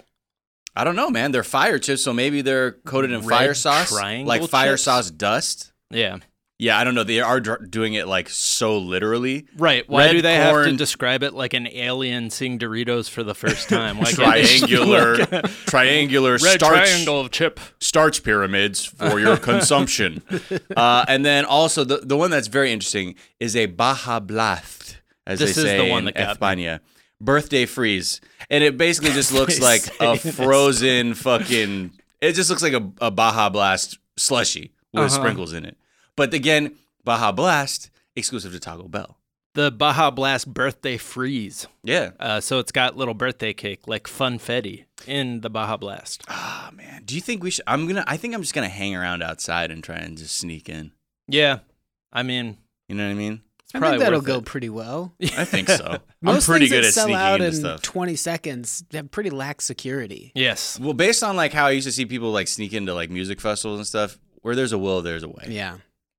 [SPEAKER 2] I don't know, man. They're fire chips, so maybe they're coated in
[SPEAKER 1] Red
[SPEAKER 2] fire sauce,
[SPEAKER 1] triangle
[SPEAKER 2] like fire
[SPEAKER 1] chips?
[SPEAKER 2] sauce dust.
[SPEAKER 1] Yeah,
[SPEAKER 2] Yeah, I don't know. They are dr- doing it like so literally.
[SPEAKER 1] right. Why
[SPEAKER 2] Red
[SPEAKER 1] do they have to
[SPEAKER 2] corn-
[SPEAKER 1] describe it like an alien seeing Doritos for the first time? Like
[SPEAKER 2] triangular, triangular
[SPEAKER 1] red
[SPEAKER 2] starch
[SPEAKER 1] triangle of chip.
[SPEAKER 2] starch pyramids for your consumption. Uh, and then also the the one that's very interesting is a Baja Blast, as
[SPEAKER 1] This
[SPEAKER 2] they
[SPEAKER 1] is
[SPEAKER 2] say
[SPEAKER 1] the one
[SPEAKER 2] in
[SPEAKER 1] that got
[SPEAKER 2] España. Birthday freeze, and it basically just looks
[SPEAKER 1] They
[SPEAKER 2] like
[SPEAKER 1] say
[SPEAKER 2] a
[SPEAKER 1] this.
[SPEAKER 2] frozen fucking. It just looks like a, a Baja Blast slushy with
[SPEAKER 1] Uh-huh.
[SPEAKER 2] sprinkles in it. But again, Baja Blast exclusive to Taco Bell.
[SPEAKER 1] The Baja Blast birthday freeze.
[SPEAKER 2] Yeah.
[SPEAKER 1] Uh, so it's got little birthday cake, like funfetti, in the Baja Blast.
[SPEAKER 2] Ah man, do you think we should? I'm gonna. I think I'm just gonna hang around outside and try and just sneak in.
[SPEAKER 1] Yeah, I mean,
[SPEAKER 2] You know what I mean?
[SPEAKER 1] it's
[SPEAKER 3] I
[SPEAKER 1] probably
[SPEAKER 3] think that'll
[SPEAKER 1] worth
[SPEAKER 3] go
[SPEAKER 1] it.
[SPEAKER 3] pretty well.
[SPEAKER 2] I think so. I'm
[SPEAKER 3] Most
[SPEAKER 2] pretty
[SPEAKER 3] things
[SPEAKER 2] good
[SPEAKER 3] that
[SPEAKER 2] at
[SPEAKER 3] sell
[SPEAKER 2] sneaking
[SPEAKER 3] out
[SPEAKER 2] into
[SPEAKER 3] in
[SPEAKER 2] stuff.
[SPEAKER 3] 20 seconds have pretty lax security.
[SPEAKER 1] Yes.
[SPEAKER 2] well, based on like how I used to see people like sneak into like music festivals and stuff, where there's a will, there's a way.
[SPEAKER 3] Yeah.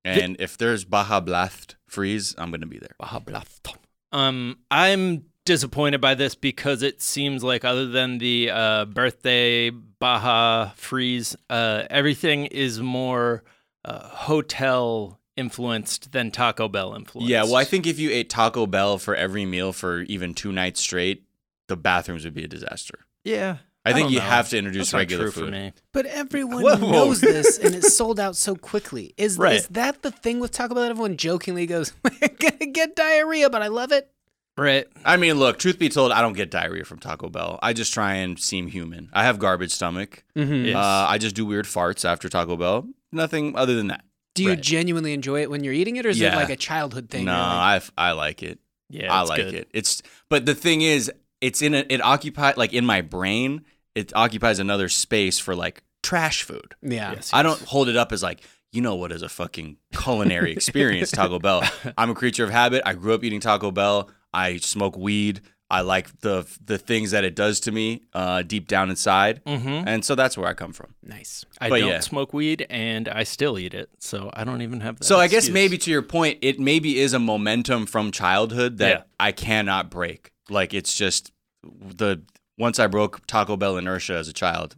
[SPEAKER 2] And if there's Baja Blast freeze, I'm gonna be there.
[SPEAKER 1] Baja Blast. Um, I'm disappointed by this because it seems like other than the uh, birthday Baja freeze, uh, everything is more uh, hotel influenced than Taco Bell influenced.
[SPEAKER 2] Yeah. Well, I think if you ate Taco Bell for every meal for even two nights straight, the bathrooms would be a disaster.
[SPEAKER 1] yeah.
[SPEAKER 2] I, think
[SPEAKER 1] don't
[SPEAKER 2] you
[SPEAKER 1] know.
[SPEAKER 2] have to introduce
[SPEAKER 1] That's not
[SPEAKER 2] regular
[SPEAKER 1] true
[SPEAKER 2] food.
[SPEAKER 1] for me.
[SPEAKER 3] But everyone
[SPEAKER 2] Whoa.
[SPEAKER 3] knows this, and it's sold out so quickly. Is
[SPEAKER 1] Right.
[SPEAKER 3] is that the thing with Taco Bell? that Everyone jokingly goes, "We're gonna get diarrhea," but I love it.
[SPEAKER 1] Right.
[SPEAKER 2] I mean, look, truth be told, I don't get diarrhea from Taco Bell. I just try and seem human. I have garbage stomach.
[SPEAKER 1] Yes.
[SPEAKER 2] Uh, I just do weird farts after Taco Bell. Nothing other than that.
[SPEAKER 3] Do you
[SPEAKER 2] Right.
[SPEAKER 3] genuinely enjoy it when you're eating it, or is it
[SPEAKER 2] Yeah.
[SPEAKER 3] like a childhood thing?
[SPEAKER 2] no,
[SPEAKER 3] You're like,
[SPEAKER 2] I, f- I like it.
[SPEAKER 1] yeah.
[SPEAKER 2] I
[SPEAKER 1] it's
[SPEAKER 2] like
[SPEAKER 1] good.
[SPEAKER 2] it. It's but the thing is, it's in a, it occupy like in my brain, it occupies another space for like trash food.
[SPEAKER 3] yeah.
[SPEAKER 1] Yes,
[SPEAKER 2] I
[SPEAKER 1] yes.
[SPEAKER 2] don't hold it up as like you know what is a fucking culinary experience Taco Bell. I'm a creature of habit. I grew up eating Taco Bell. I smoke weed. I like the the things that it does to me uh, deep down inside,
[SPEAKER 1] Mhm.
[SPEAKER 2] and so that's where I come from.
[SPEAKER 3] Nice.
[SPEAKER 1] I
[SPEAKER 2] But
[SPEAKER 1] don't
[SPEAKER 2] yeah.
[SPEAKER 1] smoke weed and I still eat it, so I don't even have that.
[SPEAKER 2] So I guess
[SPEAKER 1] excuse.
[SPEAKER 2] maybe to your point, it maybe is a momentum from childhood that
[SPEAKER 1] Yeah.
[SPEAKER 2] I cannot break. Like it's just the once I broke Taco Bell inertia as a child,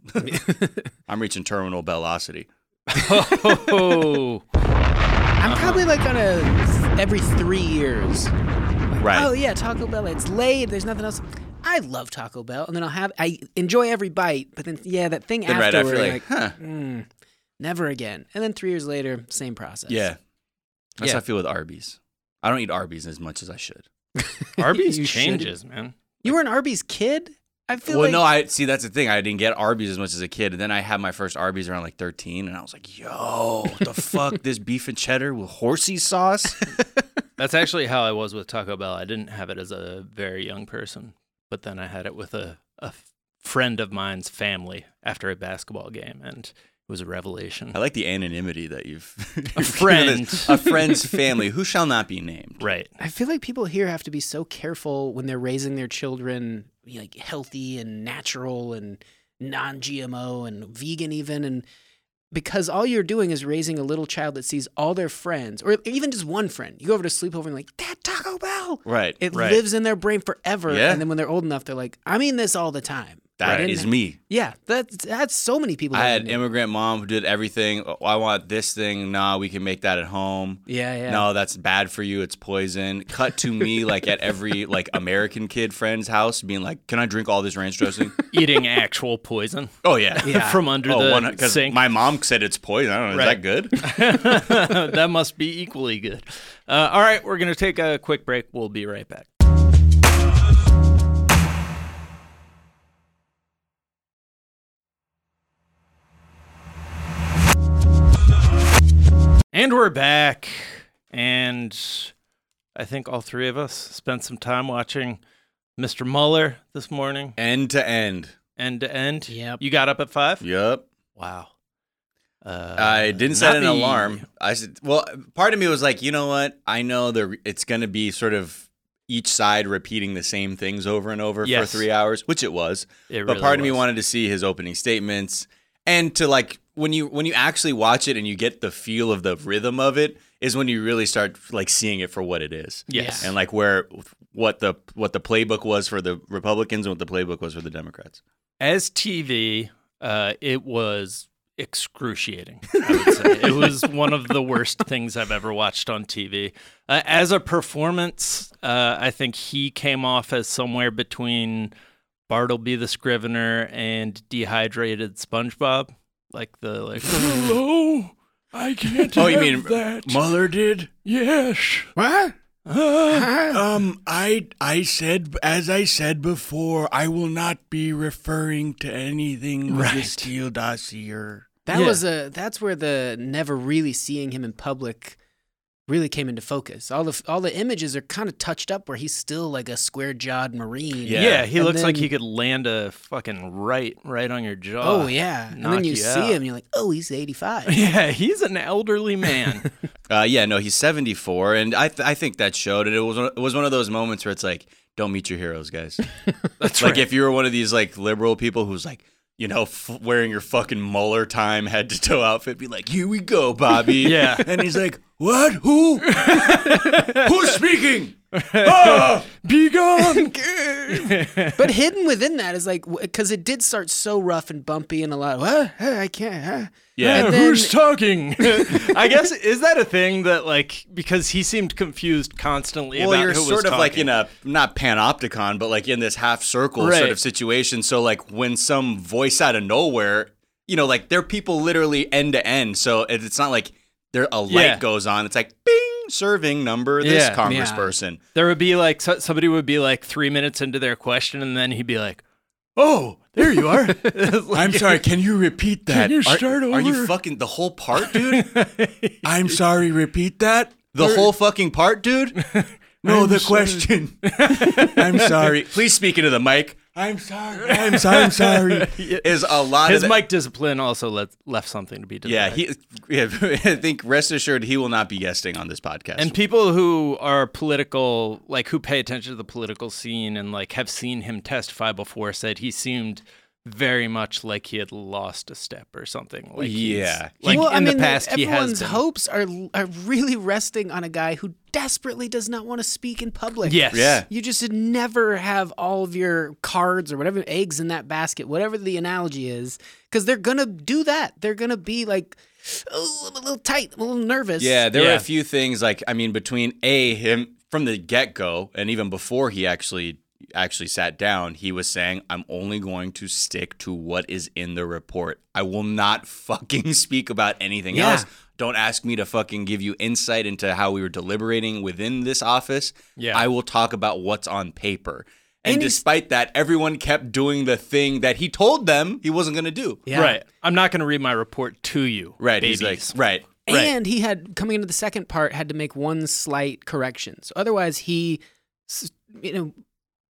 [SPEAKER 2] I'm reaching terminal velocity.
[SPEAKER 1] Oh,
[SPEAKER 3] I'm probably like on a every three years. Like,
[SPEAKER 2] Uh-huh. Right.
[SPEAKER 3] Oh yeah, Taco Bell. It's late. There's nothing else. I love Taco Bell, and then I'll have. I enjoy every bite, but then yeah, that thing
[SPEAKER 2] Then right after,
[SPEAKER 3] afterward,
[SPEAKER 2] like,
[SPEAKER 3] like,
[SPEAKER 2] huh,
[SPEAKER 3] mm, never again. And then three years later, same process.
[SPEAKER 2] yeah. That's
[SPEAKER 1] Yeah.
[SPEAKER 2] how I feel with Arby's. I don't eat Arby's as much as I should.
[SPEAKER 1] Arby's
[SPEAKER 3] You shouldn't.
[SPEAKER 1] changes, man.
[SPEAKER 3] You were an Arby's kid. I feel
[SPEAKER 2] Well,
[SPEAKER 3] like
[SPEAKER 2] no, I see. That's the thing. I didn't get Arby's as much as a kid, and then I had my first Arby's around like 13, and I was like, "Yo, the fuck, this beef and cheddar with horsey sauce."
[SPEAKER 1] That's actually how I was with Taco Bell. I didn't have it as a very young person, but then I had it with a, a f- friend of mine's family after a basketball game, and it was a revelation.
[SPEAKER 2] I like the anonymity that you've
[SPEAKER 1] A
[SPEAKER 2] you've given
[SPEAKER 1] friend.
[SPEAKER 2] this. a friend's family who shall not be named.
[SPEAKER 1] Right.
[SPEAKER 3] I feel like people here have to be so careful when they're raising their children, you know, like healthy and natural and non-GMO and vegan even and because all you're doing is raising a little child that sees all their friends or even just one friend. You go over to sleepover and like, "Dad, Taco Bell."
[SPEAKER 2] Right.
[SPEAKER 3] It
[SPEAKER 2] right.
[SPEAKER 3] lives in their brain forever
[SPEAKER 2] Yeah.
[SPEAKER 3] and then when they're old enough they're like, "I'm eating this all the time." I
[SPEAKER 2] That
[SPEAKER 3] didn't-
[SPEAKER 2] is me.
[SPEAKER 3] Yeah, that's that's so many people
[SPEAKER 2] I
[SPEAKER 3] that
[SPEAKER 2] had
[SPEAKER 3] didn't-
[SPEAKER 2] immigrant mom who did everything. Oh, I want this thing. Nah, we can make that at home.
[SPEAKER 3] Yeah, yeah.
[SPEAKER 2] No, that's bad for you. It's poison. Cut to me like at every like American kid friend's house, being like, "Can I drink all this ranch dressing?"
[SPEAKER 1] Eating actual poison
[SPEAKER 2] oh yeah,
[SPEAKER 1] from under
[SPEAKER 2] Oh, one
[SPEAKER 1] the
[SPEAKER 2] because
[SPEAKER 1] sink.
[SPEAKER 2] my mom said it's poison. I don't know. Is that
[SPEAKER 1] Right.
[SPEAKER 2] good?
[SPEAKER 1] that must be equally good. Uh, all right, we're going to take a quick break. We'll be right back. And we're back. And I think all three of us spent some time watching Mr. Mueller this morning,
[SPEAKER 2] end to end.
[SPEAKER 1] end to end.
[SPEAKER 3] Yep.
[SPEAKER 1] You got up at five?
[SPEAKER 2] Yep.
[SPEAKER 1] Wow. Uh,
[SPEAKER 2] I didn't set
[SPEAKER 1] not
[SPEAKER 2] an
[SPEAKER 1] me.
[SPEAKER 2] alarm. I said, well, part of me was like, you know what? I know the it's going to be sort of each side repeating the same things over and over
[SPEAKER 1] Yes.
[SPEAKER 2] for three hours, which it was.
[SPEAKER 1] It
[SPEAKER 2] but
[SPEAKER 1] really
[SPEAKER 2] part of me
[SPEAKER 1] was.
[SPEAKER 2] wanted to see his opening statements and to like when you when you actually watch it and you get the feel of the rhythm of it is when you really start like seeing it for what it is.
[SPEAKER 1] Yes.
[SPEAKER 2] And like where what the what the playbook was for the Republicans and what the playbook was for the Democrats.
[SPEAKER 1] as TV, uh, it was excruciating. I would say it was one of the worst things I've ever watched on TV. Uh, as a performance, uh, I think he came off as somewhere between Bartleby the Scrivener and dehydrated SpongeBob, like the like. Hello, I can't.
[SPEAKER 2] Oh, you mean
[SPEAKER 5] Mueller did?
[SPEAKER 1] yes?
[SPEAKER 5] What?
[SPEAKER 1] Uh,
[SPEAKER 5] Um, I I said as I said before, I will not be referring to anything with the
[SPEAKER 1] Right.
[SPEAKER 5] Steele dossier.
[SPEAKER 3] That
[SPEAKER 1] Yeah.
[SPEAKER 3] was a that's where the never really seeing him in public really came into focus. All the all the images are kind of touched up where he's still like a square jawed marine.
[SPEAKER 1] yeah,
[SPEAKER 2] Yeah.
[SPEAKER 1] he
[SPEAKER 3] And
[SPEAKER 1] looks like
[SPEAKER 3] then-
[SPEAKER 1] he could land a fucking right, right on your jaw.
[SPEAKER 3] Oh yeah. And
[SPEAKER 1] knock
[SPEAKER 3] then you
[SPEAKER 1] you
[SPEAKER 3] see
[SPEAKER 1] out.
[SPEAKER 3] him and you're like, "Oh, he's 85."
[SPEAKER 1] yeah, he's an elderly man.
[SPEAKER 2] Uh, yeah, no, he's 74, and I th- I think that showed, and it was one- it was one of those moments where it's like, don't meet your heroes, guys.
[SPEAKER 1] That's
[SPEAKER 2] like if you were one of these like liberal people who's like, you know, f- wearing your fucking Muller time head to toe outfit, be like, here we go, Bobby.
[SPEAKER 1] Yeah.
[SPEAKER 2] and he's like, what? Who? Who's speaking?
[SPEAKER 1] Be gone.
[SPEAKER 3] but hidden within that is like cuz it did start so rough and bumpy and a lot. What? Huh, I can't. Huh?
[SPEAKER 2] Yeah.
[SPEAKER 3] And then-
[SPEAKER 1] Who's talking? I guess is that a thing that like because he seemed confused constantly
[SPEAKER 2] Well,
[SPEAKER 1] about
[SPEAKER 2] you're
[SPEAKER 1] who was
[SPEAKER 2] sort of like
[SPEAKER 1] talking.
[SPEAKER 2] in a not panopticon, but like in this half circle
[SPEAKER 1] Right.
[SPEAKER 2] sort of situation. So like when some voice out of nowhere, you know, like they're people literally end to end. So it- it's not like there a light
[SPEAKER 1] Yeah.
[SPEAKER 2] goes on. It's like bing serving number this
[SPEAKER 1] Yeah.
[SPEAKER 2] congressperson.
[SPEAKER 1] there would be like so, somebody would be like three minutes into their question and then he'd be like, "Oh, there you are."
[SPEAKER 5] I'm sorry, can you repeat that?
[SPEAKER 1] you
[SPEAKER 5] Are-
[SPEAKER 1] start
[SPEAKER 2] Are you
[SPEAKER 1] over?
[SPEAKER 2] fucking the whole part, dude?
[SPEAKER 5] I'm sorry, repeat that?
[SPEAKER 2] the whole fucking part, dude?
[SPEAKER 5] No, the question. I'm sorry.
[SPEAKER 2] Please speak into the mic.
[SPEAKER 5] I'm sorry. I'm sorry. I'm sorry.
[SPEAKER 2] Is a lot
[SPEAKER 1] His
[SPEAKER 2] of that-
[SPEAKER 1] mic discipline also left left something to be desired.
[SPEAKER 2] Yeah, he. Yeah, I think rest assured he will not be guesting on this podcast.
[SPEAKER 1] And people who are political, like who pay attention to the political scene and like have seen him testify before, said he seemed very much like he had lost a step or something. Like he's-
[SPEAKER 2] Yeah.
[SPEAKER 1] like
[SPEAKER 3] well,
[SPEAKER 1] in
[SPEAKER 3] I mean,
[SPEAKER 1] the past he
[SPEAKER 3] everyone's
[SPEAKER 1] has been.
[SPEAKER 3] hopes are are really resting on a guy who desperately does not want to speak in public.
[SPEAKER 1] Yes.
[SPEAKER 2] Yeah.
[SPEAKER 3] You just should never have all of your cards or whatever eggs in that basket, whatever the analogy is, because they're gonna do that. They're gonna be like, oh, I'm a little tight, I'm a little nervous.
[SPEAKER 2] Yeah, there were
[SPEAKER 1] Yeah.
[SPEAKER 2] a few things like I mean between a him from the get go and even before he actually actually sat down, he was saying, "I'm only going to stick to what is in the report. I will not fucking speak about anything
[SPEAKER 3] Yeah.
[SPEAKER 2] else. Don't ask me to fucking give you insight into how we were deliberating within this office.
[SPEAKER 1] Yeah.
[SPEAKER 2] I will talk about what's on paper." And,
[SPEAKER 3] And he's-
[SPEAKER 2] despite that, everyone kept doing the thing that he told them he wasn't going to do.
[SPEAKER 3] Yeah.
[SPEAKER 1] Right. I'm not going to read my report to you.
[SPEAKER 2] Right.
[SPEAKER 1] Babies.
[SPEAKER 2] He's like, right.
[SPEAKER 1] Right.
[SPEAKER 3] And he had coming into the second part had to make one slight correction. So otherwise, he, s- you know,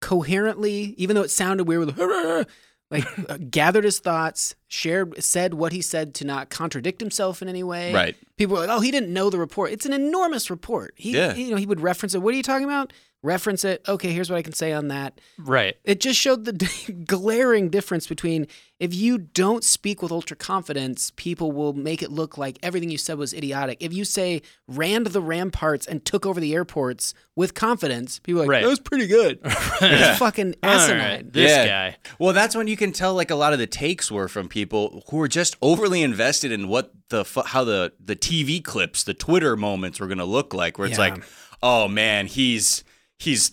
[SPEAKER 3] coherently, even though it sounded weird, with like uh, gathered his thoughts, shared said what he said to not contradict himself in any way.
[SPEAKER 2] Right.
[SPEAKER 3] People were like, "Oh, he didn't know the report." It's an enormous report. He,
[SPEAKER 2] Yeah.
[SPEAKER 3] you know, he would reference it. What are you talking about? Reference it. Okay, here's what I can say on that.
[SPEAKER 1] Right.
[SPEAKER 3] It just showed the glaring difference between if you don't speak with ultra confidence, people will make it look like everything you said was idiotic. If you say ran to the ramparts and took over the airports with confidence, people are like,
[SPEAKER 1] Right.
[SPEAKER 3] that was pretty good. It's fucking asinine.
[SPEAKER 1] Alright, This
[SPEAKER 2] Yeah.
[SPEAKER 1] guy.
[SPEAKER 2] Well, that's when you can tell like a lot of the takes were from people who were just overly invested in what the fu- how the the TV clips, the Twitter moments were going to look like where it's
[SPEAKER 3] Yeah.
[SPEAKER 2] like, "Oh man, he's he's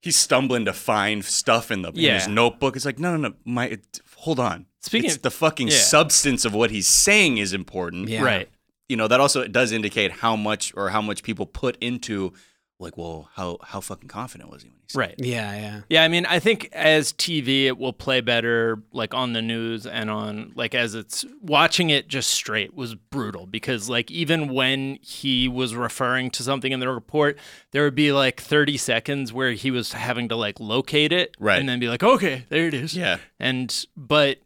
[SPEAKER 2] he's stumbling to find stuff in the in
[SPEAKER 1] Yeah.
[SPEAKER 2] his notebook." It's like, "No, no, no, my it- hold on."
[SPEAKER 1] Speaking
[SPEAKER 2] it's
[SPEAKER 1] of-
[SPEAKER 2] the fucking
[SPEAKER 1] yeah.
[SPEAKER 2] substance of what he's saying is important.
[SPEAKER 3] Yeah.
[SPEAKER 1] Right.
[SPEAKER 2] You know, that also does indicate how much or how much people put into like, "Well, how how fucking confident was he when he said
[SPEAKER 1] Right.
[SPEAKER 3] Yeah, yeah.
[SPEAKER 1] Yeah, I mean, I think as TV, it will play better, like on the news and on, like, as it's watching it just straight was brutal because, like, even when he was referring to something in the report, there would be like 30 seconds where he was having to, like, locate it.
[SPEAKER 2] Right.
[SPEAKER 1] And then be like, okay, there it is.
[SPEAKER 2] Yeah.
[SPEAKER 1] And, but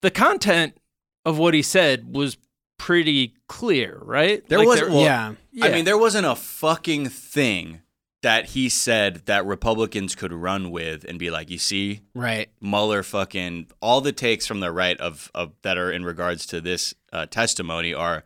[SPEAKER 1] the content of what he said was pretty clear, right?
[SPEAKER 2] There
[SPEAKER 1] Like,
[SPEAKER 2] was well,
[SPEAKER 3] yeah.
[SPEAKER 2] I
[SPEAKER 1] Yeah.
[SPEAKER 2] mean, there wasn't a fucking thing that he said that Republicans could run with and be like, you see,
[SPEAKER 3] Right.
[SPEAKER 2] Mueller fucking all the takes from the right of, of that are in regards to this uh, testimony are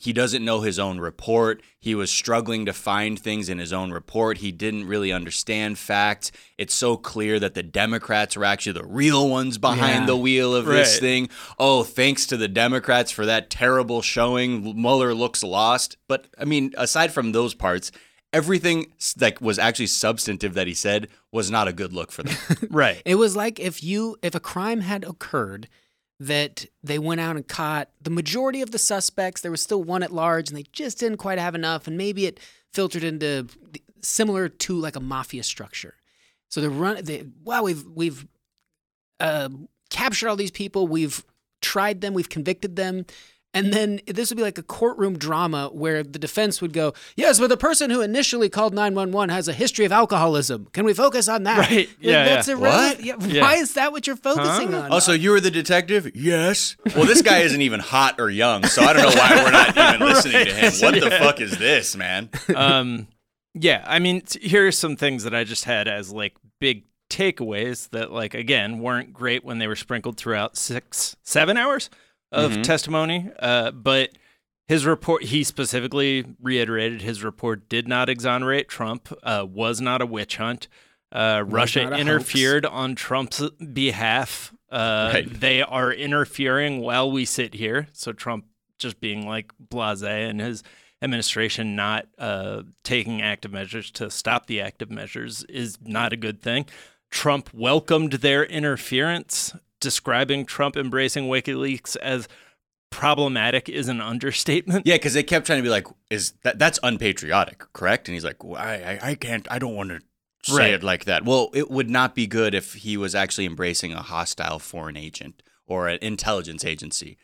[SPEAKER 2] he doesn't know his own report. He was struggling to find things in his own report. He didn't really understand facts. It's so clear that the Democrats were actually the real ones behind
[SPEAKER 3] Yeah.
[SPEAKER 2] the wheel of this
[SPEAKER 1] Right.
[SPEAKER 2] thing. Oh, thanks to the Democrats for that terrible showing. Mueller looks lost. But I mean, aside from those parts, everything s- that was actually substantive that he said was not a good look for them.
[SPEAKER 1] right.
[SPEAKER 3] It was like if you if a crime had occurred that they went out and caught the majority of the suspects, there was still one at large and they just didn't quite have enough and maybe it filtered into similar to like a mafia structure. So they're run they wow, we've we've uh, captured all these people, we've tried them, we've convicted them. And then this would be like a courtroom drama where the defense would go, Yes, but the person who initially called 911 has a history of alcoholism. Can we focus on that?
[SPEAKER 1] Right.
[SPEAKER 3] Like,
[SPEAKER 1] Yeah,
[SPEAKER 3] That's
[SPEAKER 1] yeah.
[SPEAKER 3] irrelevant.
[SPEAKER 2] What?
[SPEAKER 3] Yeah,
[SPEAKER 1] Yeah.
[SPEAKER 3] Why is that what you're focusing on?
[SPEAKER 2] Oh, so you were the detective?
[SPEAKER 5] Yes.
[SPEAKER 2] Well, this guy isn't even hot or young, so I don't know why we're not even listening to him. What the fuck is this, man?
[SPEAKER 1] um yeah i mean t- here are some things that i just had as like big takeaways that like again weren't great when they were sprinkled throughout six seven hours of
[SPEAKER 2] Mhm.
[SPEAKER 1] testimony uh but his report he specifically reiterated his report did not exonerate trump uh was not a witch hunt uh, Russia
[SPEAKER 3] not a
[SPEAKER 1] interfered on Trump's behalf. Uh,
[SPEAKER 2] Right.
[SPEAKER 1] They are interfering while we sit here. So Trump just being like blase and his administration not uh, taking active measures to stop the active measures is not a good thing. Trump welcomed their interference, describing Trump embracing WikiLeaks as problematic is an understatement.
[SPEAKER 2] Yeah, because they kept trying to be like, "Is that that's unpatriotic, correct?" And he's like, well, I,
[SPEAKER 5] I, I, I can't. I don't want to.
[SPEAKER 2] say
[SPEAKER 1] Right.
[SPEAKER 2] it like that. Well, it would not be good if he was actually embracing a hostile foreign agent or an intelligence agency.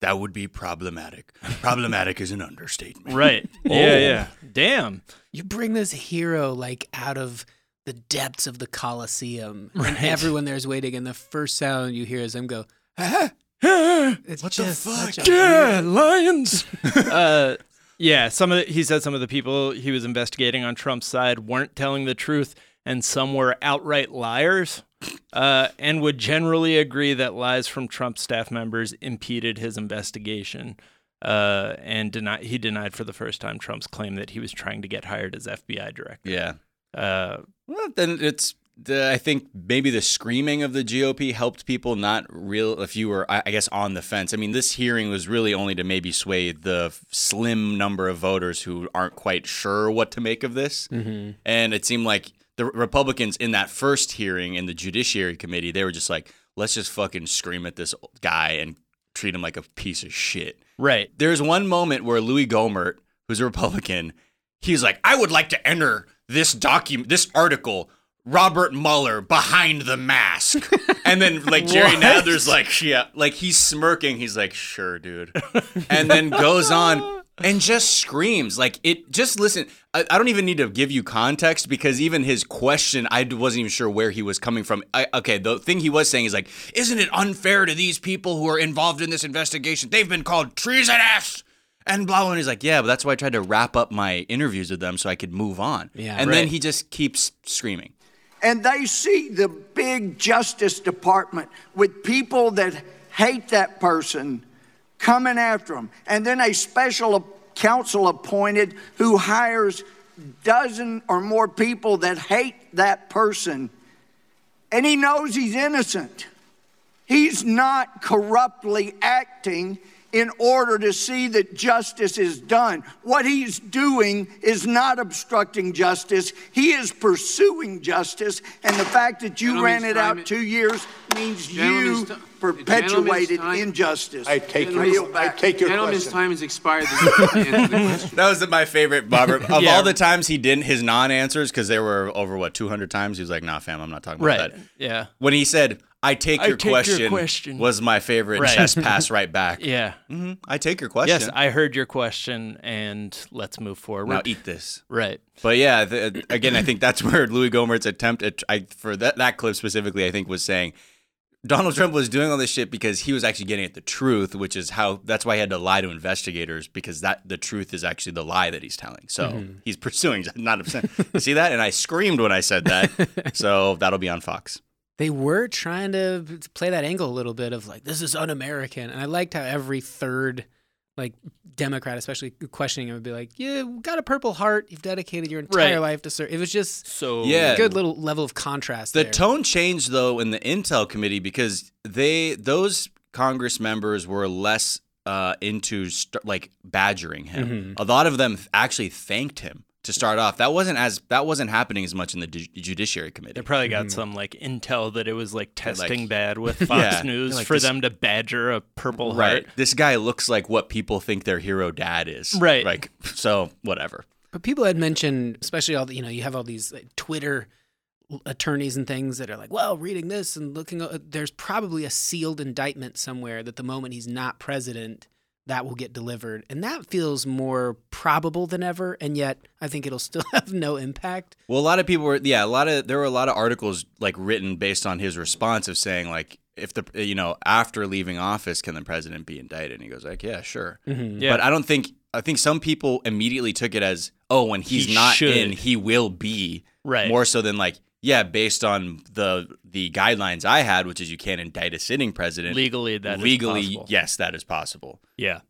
[SPEAKER 5] That would be problematic. Problematic is an understatement.
[SPEAKER 1] Right.
[SPEAKER 2] Oh.
[SPEAKER 1] Yeah, yeah. Damn.
[SPEAKER 3] you bring this hero like out of the depths of the Colosseum, and
[SPEAKER 1] Right.
[SPEAKER 3] everyone there's waiting, and the first sound you hear is them go, it's
[SPEAKER 5] What the
[SPEAKER 3] just such
[SPEAKER 5] fuck?
[SPEAKER 3] a-
[SPEAKER 1] Yeah, lions. uh, yeah, some of the, he said some of the people he was investigating on Trump's side weren't telling the truth, and some were outright liars, uh, and would generally agree that lies from Trump staff members impeded his investigation. Uh, and deny, he denied for the first time Trump's claim that he was trying to get hired as FBI director.
[SPEAKER 2] Yeah.
[SPEAKER 1] Uh,
[SPEAKER 2] Well, then it's. The, I think maybe the screaming of the GOP helped people not real. If you were, I I guess, on the fence. I mean, this hearing was really only to maybe sway the f- slim number of voters who aren't quite sure what to make of this. And it seemed like the Republicans in that first hearing in the Judiciary Committee, they were just like, "Let's just fucking scream at this guy and treat him like a piece of shit."
[SPEAKER 1] right.
[SPEAKER 2] there's one moment where Louis Gohmert, who's a Republican, he's like, I would like to enter this document, this article, Robert Mueller behind the mask. and then like Jerry Nather's like, yeah, like he's smirking. He's like, sure, dude. And then goes on. and just screams like it. Just listen. I, I don't even need to give you context because even his question, I wasn't even sure where he was coming from. I, okay, the thing he was saying is like, isn't it unfair to these people who are involved in this investigation? They've been called treasonous. And blah, blah, and he's like, yeah, but that's why I tried to wrap up my interviews with them so I could move on.
[SPEAKER 3] Yeah,
[SPEAKER 2] and then
[SPEAKER 3] right.
[SPEAKER 2] he just keeps screaming.
[SPEAKER 6] and they see the big Justice Department with people that hate that person coming after them. And then a special ap- counsel appointed who hires dozen or more people that hate that person. And he knows he's innocent. He's not corruptly acting in order to see that justice is done. What he's doing is not obstructing justice, he is pursuing justice. And the fact that you ran
[SPEAKER 7] Gentleman's
[SPEAKER 6] it out
[SPEAKER 7] time.
[SPEAKER 6] two years means you
[SPEAKER 7] Gentleman's ti-
[SPEAKER 6] perpetuated
[SPEAKER 7] Gentleman's time.
[SPEAKER 6] injustice.
[SPEAKER 8] I take your-
[SPEAKER 6] yield back.
[SPEAKER 8] I take your
[SPEAKER 7] Gentleman's
[SPEAKER 8] question.
[SPEAKER 7] time has expired. This is the answer to the question.
[SPEAKER 2] That was my favorite, Robert. Of
[SPEAKER 1] Yeah.
[SPEAKER 2] all the times he didn't, his non-answers, because there were over what two hundred times, he was like, "Nah, fam, I'm not talking about
[SPEAKER 1] Right.
[SPEAKER 2] that."
[SPEAKER 1] Yeah.
[SPEAKER 2] When he said, "I take, your,
[SPEAKER 1] take your
[SPEAKER 2] question,
[SPEAKER 1] question.
[SPEAKER 2] was my favorite
[SPEAKER 1] Right.
[SPEAKER 2] chess pass right back.
[SPEAKER 1] Yeah.
[SPEAKER 2] Mhm. I take your question.
[SPEAKER 1] Yes, I heard your question, and let's move forward.
[SPEAKER 2] now eat this.
[SPEAKER 1] Right.
[SPEAKER 2] But yeah, the, again, I think that's where Louis Gohmert's attempt at I, for that that clip specifically, I think, was saying Donald Trump was doing all this shit because he was actually getting at the truth, which is how that's why he had to lie to investigators because that the truth is actually the lie that he's telling. So
[SPEAKER 1] Mm-hmm.
[SPEAKER 2] he's pursuing, not upset. You See that? And I screamed when I said that. so that'll be on Fox.
[SPEAKER 3] They were trying to p- play that angle a little bit of like this is un-American, and I liked how every third like Democrat, especially questioning him, would be like, "Yeah, got a Purple Heart. You've dedicated your entire
[SPEAKER 1] Right.
[SPEAKER 3] life to serve." It was just
[SPEAKER 1] So
[SPEAKER 2] Yeah.
[SPEAKER 3] a good little level of contrast.
[SPEAKER 2] The
[SPEAKER 3] there.
[SPEAKER 2] tone changed though in the Intel committee because they those Congress members were less uh, into st- like badgering him. A lot of them actually thanked him to start off. That wasn't as that wasn't happening as much in the ju- judiciary committee.
[SPEAKER 1] They probably got some like intel that it was like testing bad with Fox
[SPEAKER 2] Yeah.
[SPEAKER 1] News
[SPEAKER 2] They're like,
[SPEAKER 1] for
[SPEAKER 2] this-
[SPEAKER 1] them to badger a Purple
[SPEAKER 2] Right.
[SPEAKER 1] Heart.
[SPEAKER 2] This guy looks like what people think their hero dad is.
[SPEAKER 1] Right.
[SPEAKER 2] Like so whatever.
[SPEAKER 3] But people had mentioned, especially all the, you know, you have all these like, Twitter l- attorneys and things that are like, well, reading this and looking, o- uh, there's probably a sealed indictment somewhere that the moment he's not president, that will get delivered. And that feels more probable than ever. And yet, I think it'll still have no impact.
[SPEAKER 2] Well, a lot of people were yeah, a lot of there were a lot of articles like written based on his response of saying like if the you know after leaving office can the president be indicted and he goes like yeah sure
[SPEAKER 1] Yeah.
[SPEAKER 2] but I don't think I think some people immediately took it as oh when he's
[SPEAKER 1] He
[SPEAKER 2] not
[SPEAKER 1] should.
[SPEAKER 2] in he will be
[SPEAKER 1] Right.
[SPEAKER 2] more so than like yeah based on the the guidelines I had which is you can't indict a sitting president
[SPEAKER 1] Legally, that is
[SPEAKER 2] legally
[SPEAKER 1] possible.
[SPEAKER 2] yes that is possible
[SPEAKER 1] Yeah.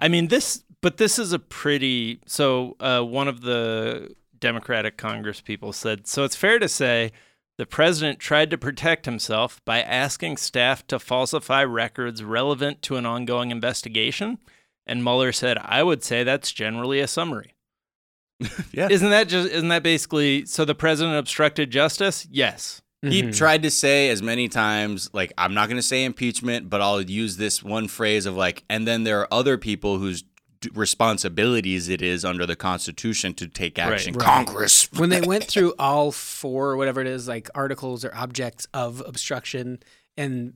[SPEAKER 1] I mean, this, but this is a pretty. So, uh, one of the Democratic Congress people said, so it's fair to say the president tried to protect himself by asking staff to falsify records relevant to an ongoing investigation. And Mueller said, I would say that's generally a summary.
[SPEAKER 2] Yeah.
[SPEAKER 1] Isn't that just, isn't that basically, so the president obstructed justice? Yes.
[SPEAKER 3] Mm-hmm.
[SPEAKER 2] He tried to say as many times, like, I'm not going to say impeachment, but I'll use this one phrase of like, and then there are other people whose d- responsibilities it is under the Constitution to take action. Congress.
[SPEAKER 3] When they went through all four or whatever it is, like articles or objects of obstruction and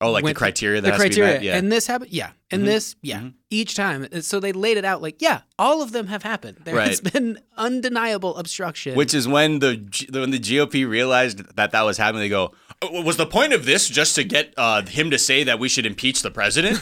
[SPEAKER 2] Oh, like
[SPEAKER 3] went-
[SPEAKER 2] the criteria that
[SPEAKER 3] the
[SPEAKER 2] has
[SPEAKER 3] criteria,
[SPEAKER 2] to be met. Yeah. Mm-hmm.
[SPEAKER 3] and this happened, yeah, and this, yeah, each time. And so they laid it out like, yeah, all of them have happened. There has
[SPEAKER 2] Right.
[SPEAKER 3] been undeniable obstruction,
[SPEAKER 2] Which is when the G- when the GOP realized that that was happening. They go, "Oh, was the point of this just to get uh, him to say that we should impeach the president?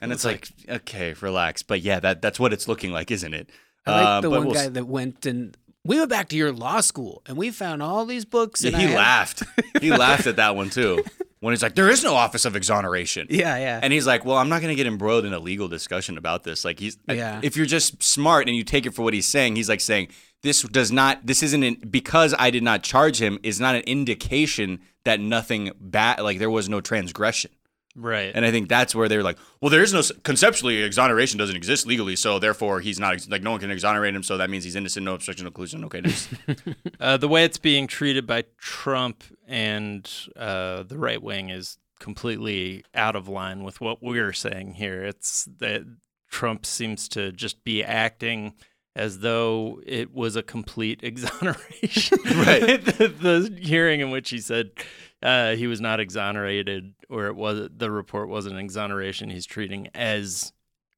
[SPEAKER 2] And it's like, okay, relax. But yeah, that that's what it's looking like, isn't it?
[SPEAKER 3] I like
[SPEAKER 2] Uh,
[SPEAKER 3] the
[SPEAKER 2] but
[SPEAKER 3] one
[SPEAKER 2] we'll
[SPEAKER 3] guy
[SPEAKER 2] s-
[SPEAKER 3] that went and we went back to your law school and we found all these books.
[SPEAKER 2] Yeah,
[SPEAKER 3] and
[SPEAKER 2] he
[SPEAKER 3] I had-
[SPEAKER 2] laughed. He laughed at that one too. When he's like, "There is no office of exoneration,"
[SPEAKER 3] Yeah, yeah.
[SPEAKER 2] and he's like, "Well, I'm not going to get embroiled in a legal discussion about this." Like, he's
[SPEAKER 3] Yeah.
[SPEAKER 2] if you're just smart and you take it for what he's saying, he's like saying, "This does not. This isn't an, because I did not charge him is not an indication that nothing bad. Like there was no transgression."
[SPEAKER 1] Right.
[SPEAKER 2] And I think that's where they're like, "Well, there is no conceptually exoneration doesn't exist legally, so therefore he's not ex- like no one can exonerate him, so that means he's innocent, no obstruction, no collusion, okay." Just,
[SPEAKER 1] Uh, the way it's being treated by Trump and uh, the right wing is completely out of line with what we're saying here. It's that Trump seems to just be acting as though it was a complete exoneration.
[SPEAKER 2] Right.
[SPEAKER 1] the, the hearing in which he said uh, he was not exonerated, or it was the report wasn't an exoneration. He's treating as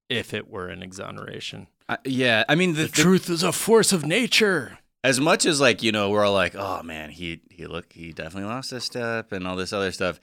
[SPEAKER 1] if it were an exoneration.
[SPEAKER 2] I, yeah, I mean the, the-
[SPEAKER 1] Truth is a force of nature.
[SPEAKER 2] as much as like you know we're all like oh man he he look he definitely lost a step and all this other stuff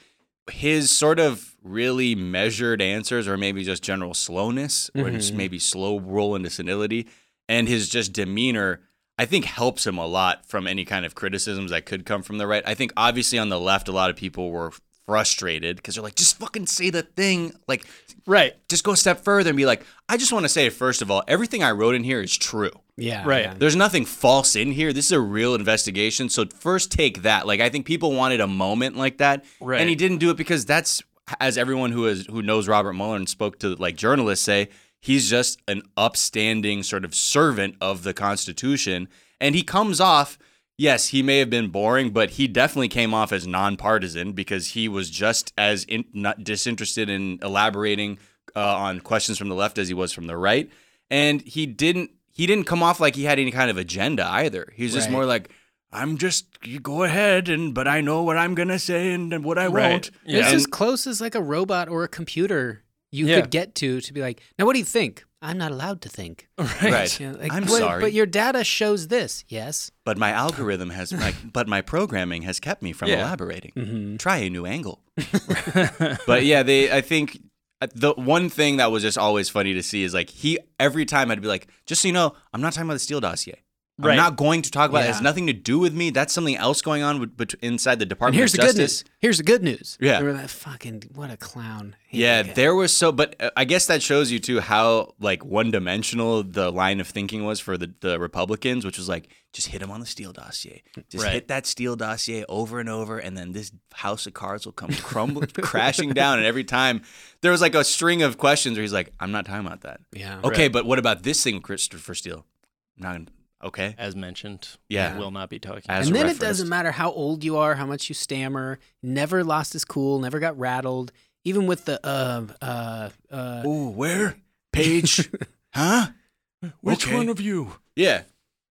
[SPEAKER 2] his sort of really measured answers or maybe just general slowness or just maybe slow roll into senility and his just demeanor i think helps him a lot from any kind of criticisms that could come from the right i think obviously on the left a lot of people were frustrated because they're like just fucking say the thing like
[SPEAKER 1] Right.
[SPEAKER 2] just go a step further and be like i just want to say first of all everything i wrote in here is true
[SPEAKER 3] Yeah.
[SPEAKER 1] Right.
[SPEAKER 3] yeah.
[SPEAKER 2] there's nothing false in here. This is a real investigation. So first take that. Like I think people wanted a moment like that,
[SPEAKER 1] Right.
[SPEAKER 2] and he didn't do it because that's as everyone who is who knows Robert Mueller and spoke to like journalists say he's just an upstanding sort of servant of the Constitution, and he comes off. Yes, he may have been boring, but he definitely came off as nonpartisan because he was just as in, not disinterested in elaborating uh, on questions from the left as he was from the right and he didn't he didn't come off like he had any kind of agenda either. He was just
[SPEAKER 3] Right.
[SPEAKER 2] more like
[SPEAKER 5] I'm just you go ahead and but I know what I'm gonna say and, and what I won't.
[SPEAKER 1] Yeah.
[SPEAKER 3] It's as close as like a robot or a computer you
[SPEAKER 1] Yeah.
[SPEAKER 3] could get to to be like, now what do you think? I'm not allowed to think.
[SPEAKER 2] right.
[SPEAKER 3] You know, like,
[SPEAKER 2] I'm
[SPEAKER 3] but,
[SPEAKER 2] sorry, but,
[SPEAKER 3] But your data shows this. Yes.
[SPEAKER 2] my algorithm has like but my programming has kept me from
[SPEAKER 1] Yeah.
[SPEAKER 2] elaborating.
[SPEAKER 3] Mm-hmm.
[SPEAKER 2] Try a new angle. but yeah, they I think uh, the one thing that was just always funny to see is like he every time I'd be like, just so you know, I'm not talking about the Steele dossier. I'm
[SPEAKER 1] Right.
[SPEAKER 2] not going to talk about it. It has
[SPEAKER 3] Yeah.
[SPEAKER 2] nothing to do with me. That's something else going on with, bet- inside the
[SPEAKER 3] And
[SPEAKER 2] Department
[SPEAKER 3] here's
[SPEAKER 2] of
[SPEAKER 3] the
[SPEAKER 2] Justice.
[SPEAKER 3] good news. Here's the good news.
[SPEAKER 2] Yeah.
[SPEAKER 3] And we're like, fucking, what a clown. Hate
[SPEAKER 2] Yeah,
[SPEAKER 3] that guy.
[SPEAKER 2] there was so, but uh, I guess that shows you too how like one dimensional the line of thinking was for the, the Republicans, which was like just hit him on the Steele dossier, just
[SPEAKER 1] Right.
[SPEAKER 2] hit that Steele dossier over and over, and then this house of cards will come crumbling crashing down. And every time there was like a string of questions where he's like, "I'm not talking about that."
[SPEAKER 3] Yeah.
[SPEAKER 2] Okay, but what about this thing, Christopher Steele? I'm not gonna, okay.
[SPEAKER 1] As mentioned.
[SPEAKER 2] Yeah.
[SPEAKER 1] we Will not be talking.
[SPEAKER 2] As
[SPEAKER 3] And then
[SPEAKER 2] referenced.
[SPEAKER 3] it doesn't matter how old you are, how much you stammer, never lost his cool, never got rattled, even with the uh uh uh
[SPEAKER 5] Ooh, where?
[SPEAKER 2] Page, huh?
[SPEAKER 5] Which
[SPEAKER 2] Okay.
[SPEAKER 5] one of you?
[SPEAKER 2] Yeah.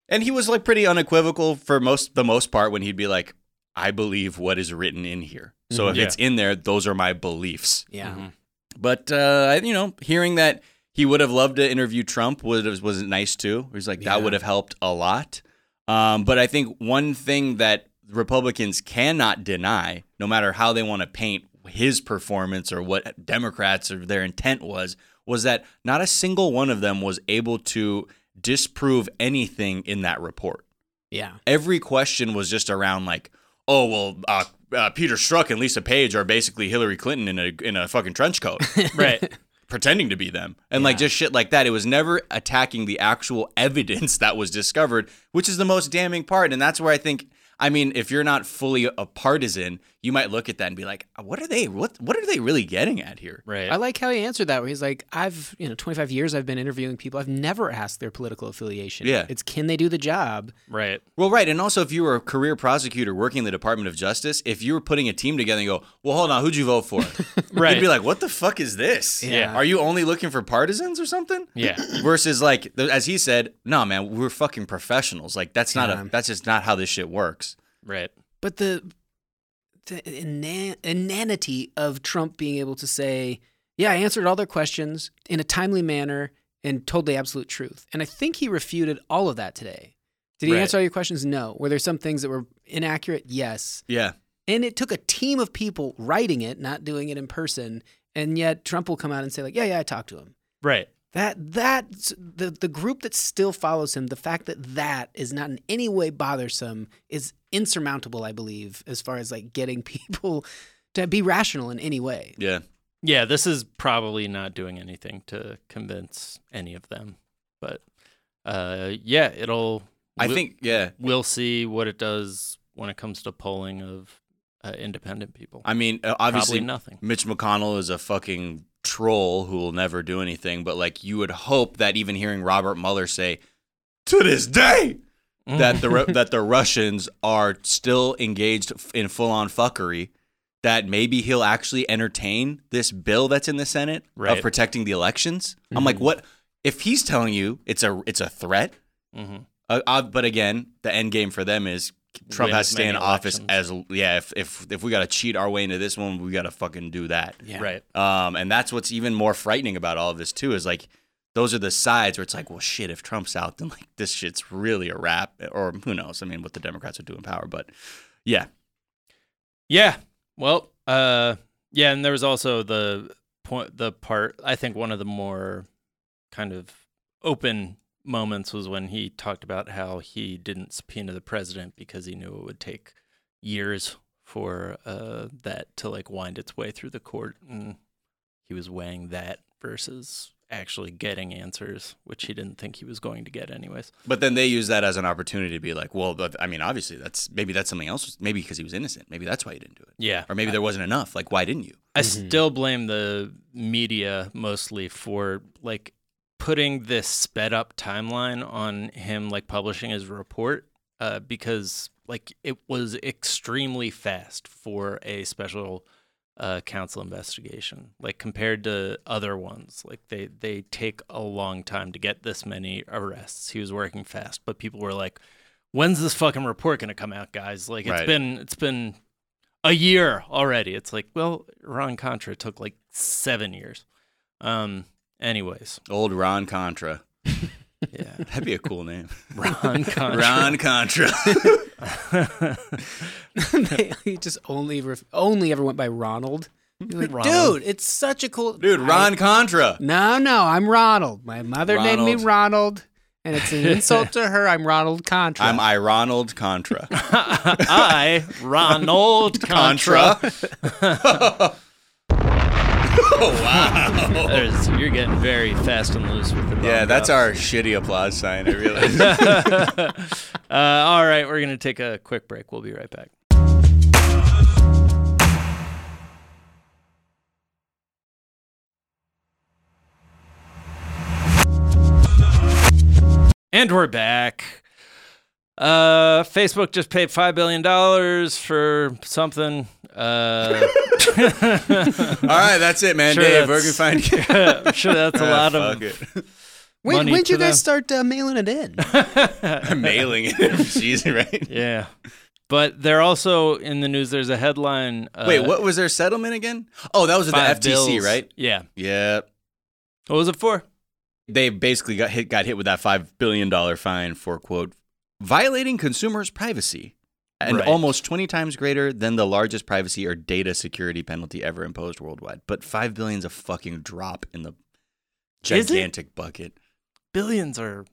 [SPEAKER 2] And he was like pretty unequivocal for most the most part when he'd be like, I believe what is written in here. So if
[SPEAKER 1] Yeah.
[SPEAKER 2] it's in there, those are my beliefs.
[SPEAKER 3] yeah.
[SPEAKER 2] But uh, you know, hearing that he would have loved to interview Trump was was nice too. He's like that would have helped a lot. Um, but I think one thing that Republicans cannot deny, no matter how they want to paint his performance or what Democrats or their intent was, was that not a single one of them was able to disprove anything in that report
[SPEAKER 3] Yeah.
[SPEAKER 2] every question was just around like, oh well, uh, uh, Peter Strzok and Lisa Page are basically Hillary Clinton in a in a fucking trench coat,
[SPEAKER 1] right.
[SPEAKER 2] pretending to be them, and like just shit like that. It was never attacking the actual evidence that was discovered, which is the most damning part, and that's where I think. I mean, if you're not fully a partisan, you might look at that and be like, "Uh, "What are they? What what are they really getting at here?"
[SPEAKER 1] Right.
[SPEAKER 3] I like how he answered that where he's like, I've you know, twenty five years I've been interviewing people, I've never asked their political affiliation.
[SPEAKER 2] Yeah.
[SPEAKER 3] It's can they do the job?
[SPEAKER 1] right.
[SPEAKER 2] Well, right, and also if you were a career prosecutor working in the Department of Justice, if you were putting a team together and go, "Well, hold on, who'd you vote for?"
[SPEAKER 1] Right.
[SPEAKER 2] you'd be like, "What the fuck is this?
[SPEAKER 1] Yeah.
[SPEAKER 2] Are you only looking for partisans or something?"
[SPEAKER 1] Yeah.
[SPEAKER 2] Versus like, th- as he said, "No, man, we're fucking professionals. Like that's not a that's just not how this shit works."
[SPEAKER 1] Right.
[SPEAKER 3] But the the inan- inanity of Trump being able to say, "Yeah, I answered all their questions in a timely manner and told the absolute truth," and I think he refuted all of that today. Did he
[SPEAKER 1] Right.
[SPEAKER 3] answer all your questions? No. Were there some things that were inaccurate? Yes.
[SPEAKER 2] Yeah.
[SPEAKER 3] And it took a team of people writing it, not doing it in person, and yet Trump will come out and say, "Like, yeah, yeah, I talked to him."
[SPEAKER 1] Right.
[SPEAKER 3] That that the the group that still follows him, the fact that that is not in any way bothersome is insurmountable, I believe, as far as like getting people to be rational in any way.
[SPEAKER 2] Yeah.
[SPEAKER 1] Yeah, this is probably not doing anything to convince any of them. But uh yeah, it'll
[SPEAKER 2] I
[SPEAKER 1] we-
[SPEAKER 2] think yeah.
[SPEAKER 1] we'll see what it does when it comes to polling of uh, independent people.
[SPEAKER 2] I mean, uh, obviously,
[SPEAKER 1] Probably nothing.
[SPEAKER 2] Mitch McConnell is a fucking troll who will never do anything. But like, you would hope that even hearing Robert Mueller say, "To this day,"
[SPEAKER 1] Mm.
[SPEAKER 2] that the Ru- that the Russians are still engaged f- in full on fuckery, that maybe he'll actually entertain this bill that's in the Senate
[SPEAKER 1] Right. Mm-hmm.
[SPEAKER 2] of protecting the elections. I'm like, what if he's telling you it's a it's a threat?
[SPEAKER 1] Mhm.
[SPEAKER 2] Uh, uh, but again, the end game for them is Trump
[SPEAKER 1] Win
[SPEAKER 2] has
[SPEAKER 1] as
[SPEAKER 2] to stay in
[SPEAKER 1] many
[SPEAKER 2] office as yeah. If if if we gotta cheat our way into this one, we gotta fucking do that.
[SPEAKER 3] Yeah.
[SPEAKER 1] Right.
[SPEAKER 2] Um, and that's what's even more frightening about all of this too is like Those are the sides where it's like, well, shit, if Trump's out, then like this shit's really a wrap. Or who knows? I mean, what the Democrats would do in power. But yeah,
[SPEAKER 1] Yeah. Well, uh, yeah, and there was also the point, the part. I think one of the more kind of open moments was when he talked about how he didn't subpoena the president because he knew it would take years for uh, that to like wind its way through the court, and he was weighing that versus actually getting answers, which he didn't think he was going to get anyways.
[SPEAKER 2] But then they use that as an opportunity to be like, well, but, I mean, obviously that's maybe that's something else. Maybe because he was innocent. Maybe that's why you didn't do it.
[SPEAKER 1] Yeah,
[SPEAKER 2] Or maybe there wasn't enough. Like, why didn't you?
[SPEAKER 1] I still blame the media mostly for like putting this sped up timeline on him like publishing his report uh, because like it was extremely fast for a special uh, counsel investigation like compared to other ones like they they take a long time to get this many arrests he was working fast but people were like when's this fucking report going to come out guys like it's
[SPEAKER 2] Right.
[SPEAKER 1] been it's been a year already. It's like, well, Ron Contra took like seven years. Um, anyways,
[SPEAKER 2] Old Ron Contra.
[SPEAKER 1] yeah,
[SPEAKER 2] That'd be a cool name.
[SPEAKER 1] Ron Contra.
[SPEAKER 2] Ron Contra.
[SPEAKER 3] They- he just only ref- only ever went by Ronald. He's like,
[SPEAKER 1] Ronald.
[SPEAKER 3] Dude, it's such a cool
[SPEAKER 2] Dude, Ron Contra.
[SPEAKER 3] No, no, I'm Ronald. My mother named
[SPEAKER 2] Ronald.
[SPEAKER 3] me Ronald, and it's an insult to her. I'm Ronald Contra.
[SPEAKER 2] I'm I Ronald Contra.
[SPEAKER 1] I Ronald Contra. Oh,
[SPEAKER 2] Contra.
[SPEAKER 1] There's- you're getting very fast and loose with the.
[SPEAKER 2] Yeah,
[SPEAKER 1] Ron
[SPEAKER 2] that's
[SPEAKER 1] Contra.
[SPEAKER 2] our shitty applause sign. I realize.
[SPEAKER 1] Uh, all right, we're gonna take a quick break. We'll be right back. And we're back. Uh, Facebook just paid five billion dollars for something. Uh,
[SPEAKER 2] All right, that's it, man.
[SPEAKER 1] Sure,
[SPEAKER 2] Dave, where can we
[SPEAKER 1] that's-
[SPEAKER 2] find you?
[SPEAKER 1] I'm sure that's a lot
[SPEAKER 2] Ah,
[SPEAKER 1] of.
[SPEAKER 2] fuck it.
[SPEAKER 3] when
[SPEAKER 1] money
[SPEAKER 3] when'd
[SPEAKER 1] to
[SPEAKER 3] you guys
[SPEAKER 1] them.
[SPEAKER 3] start uh, mailing it in?
[SPEAKER 2] I'm mailing it every season, right?
[SPEAKER 1] Yeah, but they're also in the news. There's a headline. Uh,
[SPEAKER 2] Wait, what was their settlement again? Oh, that was with the
[SPEAKER 1] five
[SPEAKER 2] FTC,
[SPEAKER 1] bills.
[SPEAKER 2] right?
[SPEAKER 1] Yeah.
[SPEAKER 2] Yeah.
[SPEAKER 1] What was it for?
[SPEAKER 2] they basically got hit got hit with that five billion dollar fine for quote violating consumers' privacy and
[SPEAKER 1] Right.
[SPEAKER 2] almost 20 times greater than the largest privacy or data security penalty ever imposed worldwide but 5 billion's a fucking drop in the
[SPEAKER 1] Is it?
[SPEAKER 2] gigantic bucket
[SPEAKER 1] billions are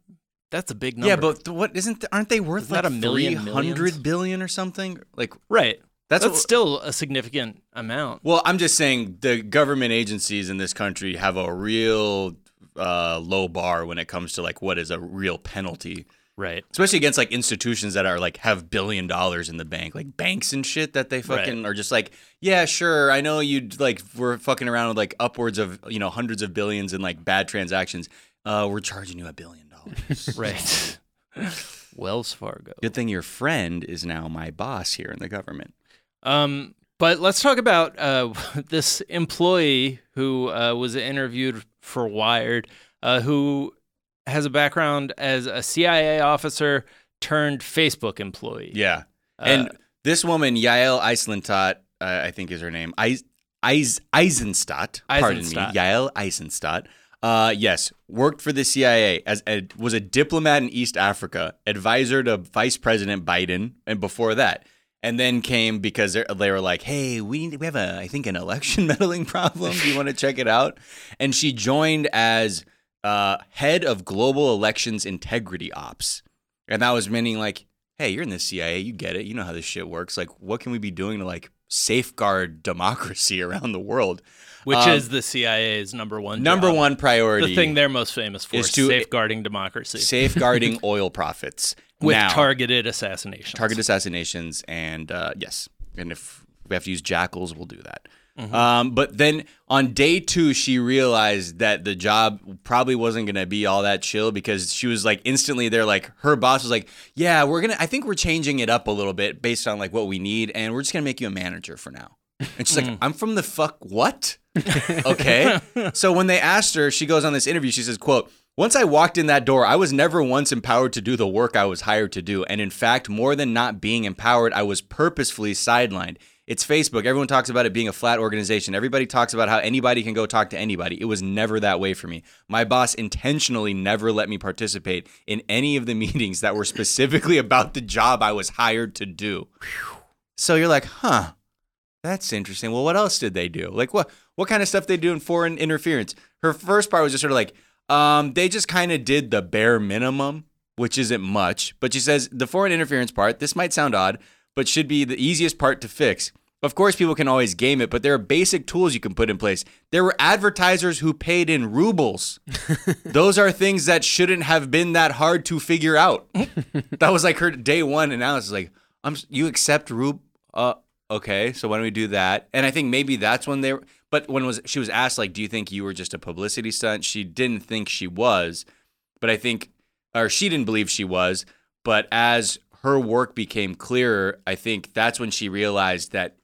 [SPEAKER 1] that's a big number.
[SPEAKER 2] yeah but th- what isn't th- aren't they worth
[SPEAKER 1] Isn't
[SPEAKER 2] like
[SPEAKER 1] that a million
[SPEAKER 2] 300
[SPEAKER 1] millions?
[SPEAKER 2] billion or something like
[SPEAKER 1] right.
[SPEAKER 2] that's,
[SPEAKER 1] That's,
[SPEAKER 2] what,
[SPEAKER 1] still a significant amount.
[SPEAKER 2] well i'm just saying the government agencies in this country have a real uh, low bar when it comes to like what is a real penalty
[SPEAKER 1] Right.
[SPEAKER 2] especially against like institutions that are like have billion dollars in the bank, like banks and shit that they fucking are just like, yeah, sure, I know you like we're fucking around with like upwards of you know hundreds of billions in like bad transactions. Uh, we're charging you a billion dollars.
[SPEAKER 1] Right. Wells Fargo.
[SPEAKER 2] Good thing your friend is now my boss here in the government.
[SPEAKER 1] Um, but let's talk about uh, this employee who uh, was interviewed for Wired, uh, who has a background as a CIA officer turned Facebook employee.
[SPEAKER 2] Yeah, and this woman Yael Eisenstadt, uh, I think is her name, Eis- Eis- Eisenstadt. Pardon me,
[SPEAKER 1] Eisenstadt.
[SPEAKER 2] Yael Eisenstadt. Uh, yes, worked for the CIA as a, was a diplomat in East Africa, advisor to Vice President Biden, and before that, and then came because they're- they were like, "Hey, we need, we have a I think an election meddling problem. Do you want to check it out?" And she joined as uh, head of global elections integrity ops, and that was meaning like, "Hey, you're in the CIA, you get it, you know how this shit works. Like, what can we be doing to like safeguard democracy around the world?"
[SPEAKER 1] Which
[SPEAKER 2] Um,
[SPEAKER 1] is the CIA's number one
[SPEAKER 2] number
[SPEAKER 1] job.
[SPEAKER 2] one priority.
[SPEAKER 1] the thing they're most famous for
[SPEAKER 2] is
[SPEAKER 1] is
[SPEAKER 2] to-
[SPEAKER 1] safeguarding democracy
[SPEAKER 2] safeguarding oil profits
[SPEAKER 1] with
[SPEAKER 2] now,
[SPEAKER 1] targeted assassinations.
[SPEAKER 2] target assassinations, and uh, yes, and if we have to use jackals, we'll do that. Um, but then on day two, she realized that the job probably wasn't going to be all that chill because she was like instantly there. Like her boss was like, "Yeah, we're gonna. I think we're changing it up a little bit based on like what we need, and we're just gonna make you a manager for now." And she's like, "I'm from the fuck what?" okay. So when they asked her, she goes on this interview. She says, "quote Once I walked in that door, I was never once empowered to do the work I was hired to do, and in fact, more than not being empowered, I was purposefully sidelined. It's Facebook. Everyone talks about it being a flat organization. Everybody talks about how anybody can go talk to anybody. It was never that way for me. My boss intentionally never let me participate in any of the meetings that were specifically about the job I was hired to do. So you're like, huh, that's interesting. Well, what else did they do? Like what what kind of stuff they do in foreign interference? Her first part was just sort of like, um, they just kind of did the bare minimum, which isn't much. But she says the foreign interference part, this might sound odd, but should be the easiest part to fix. Of course, people can always game it, but there are basic tools you can put in place. There were advertisers who paid in rubles. Those are things that shouldn't have been that hard to figure out. that was like her day one analysis. Like, I'm s- you accept rub? Uh, okay. So why don't we do that? And I think maybe that's when they. were- But when was she was asked like, do you think you were just a publicity stunt? She didn't think she was, but I think, or she didn't believe she was. But as her work became clearer, I think that's when she realized that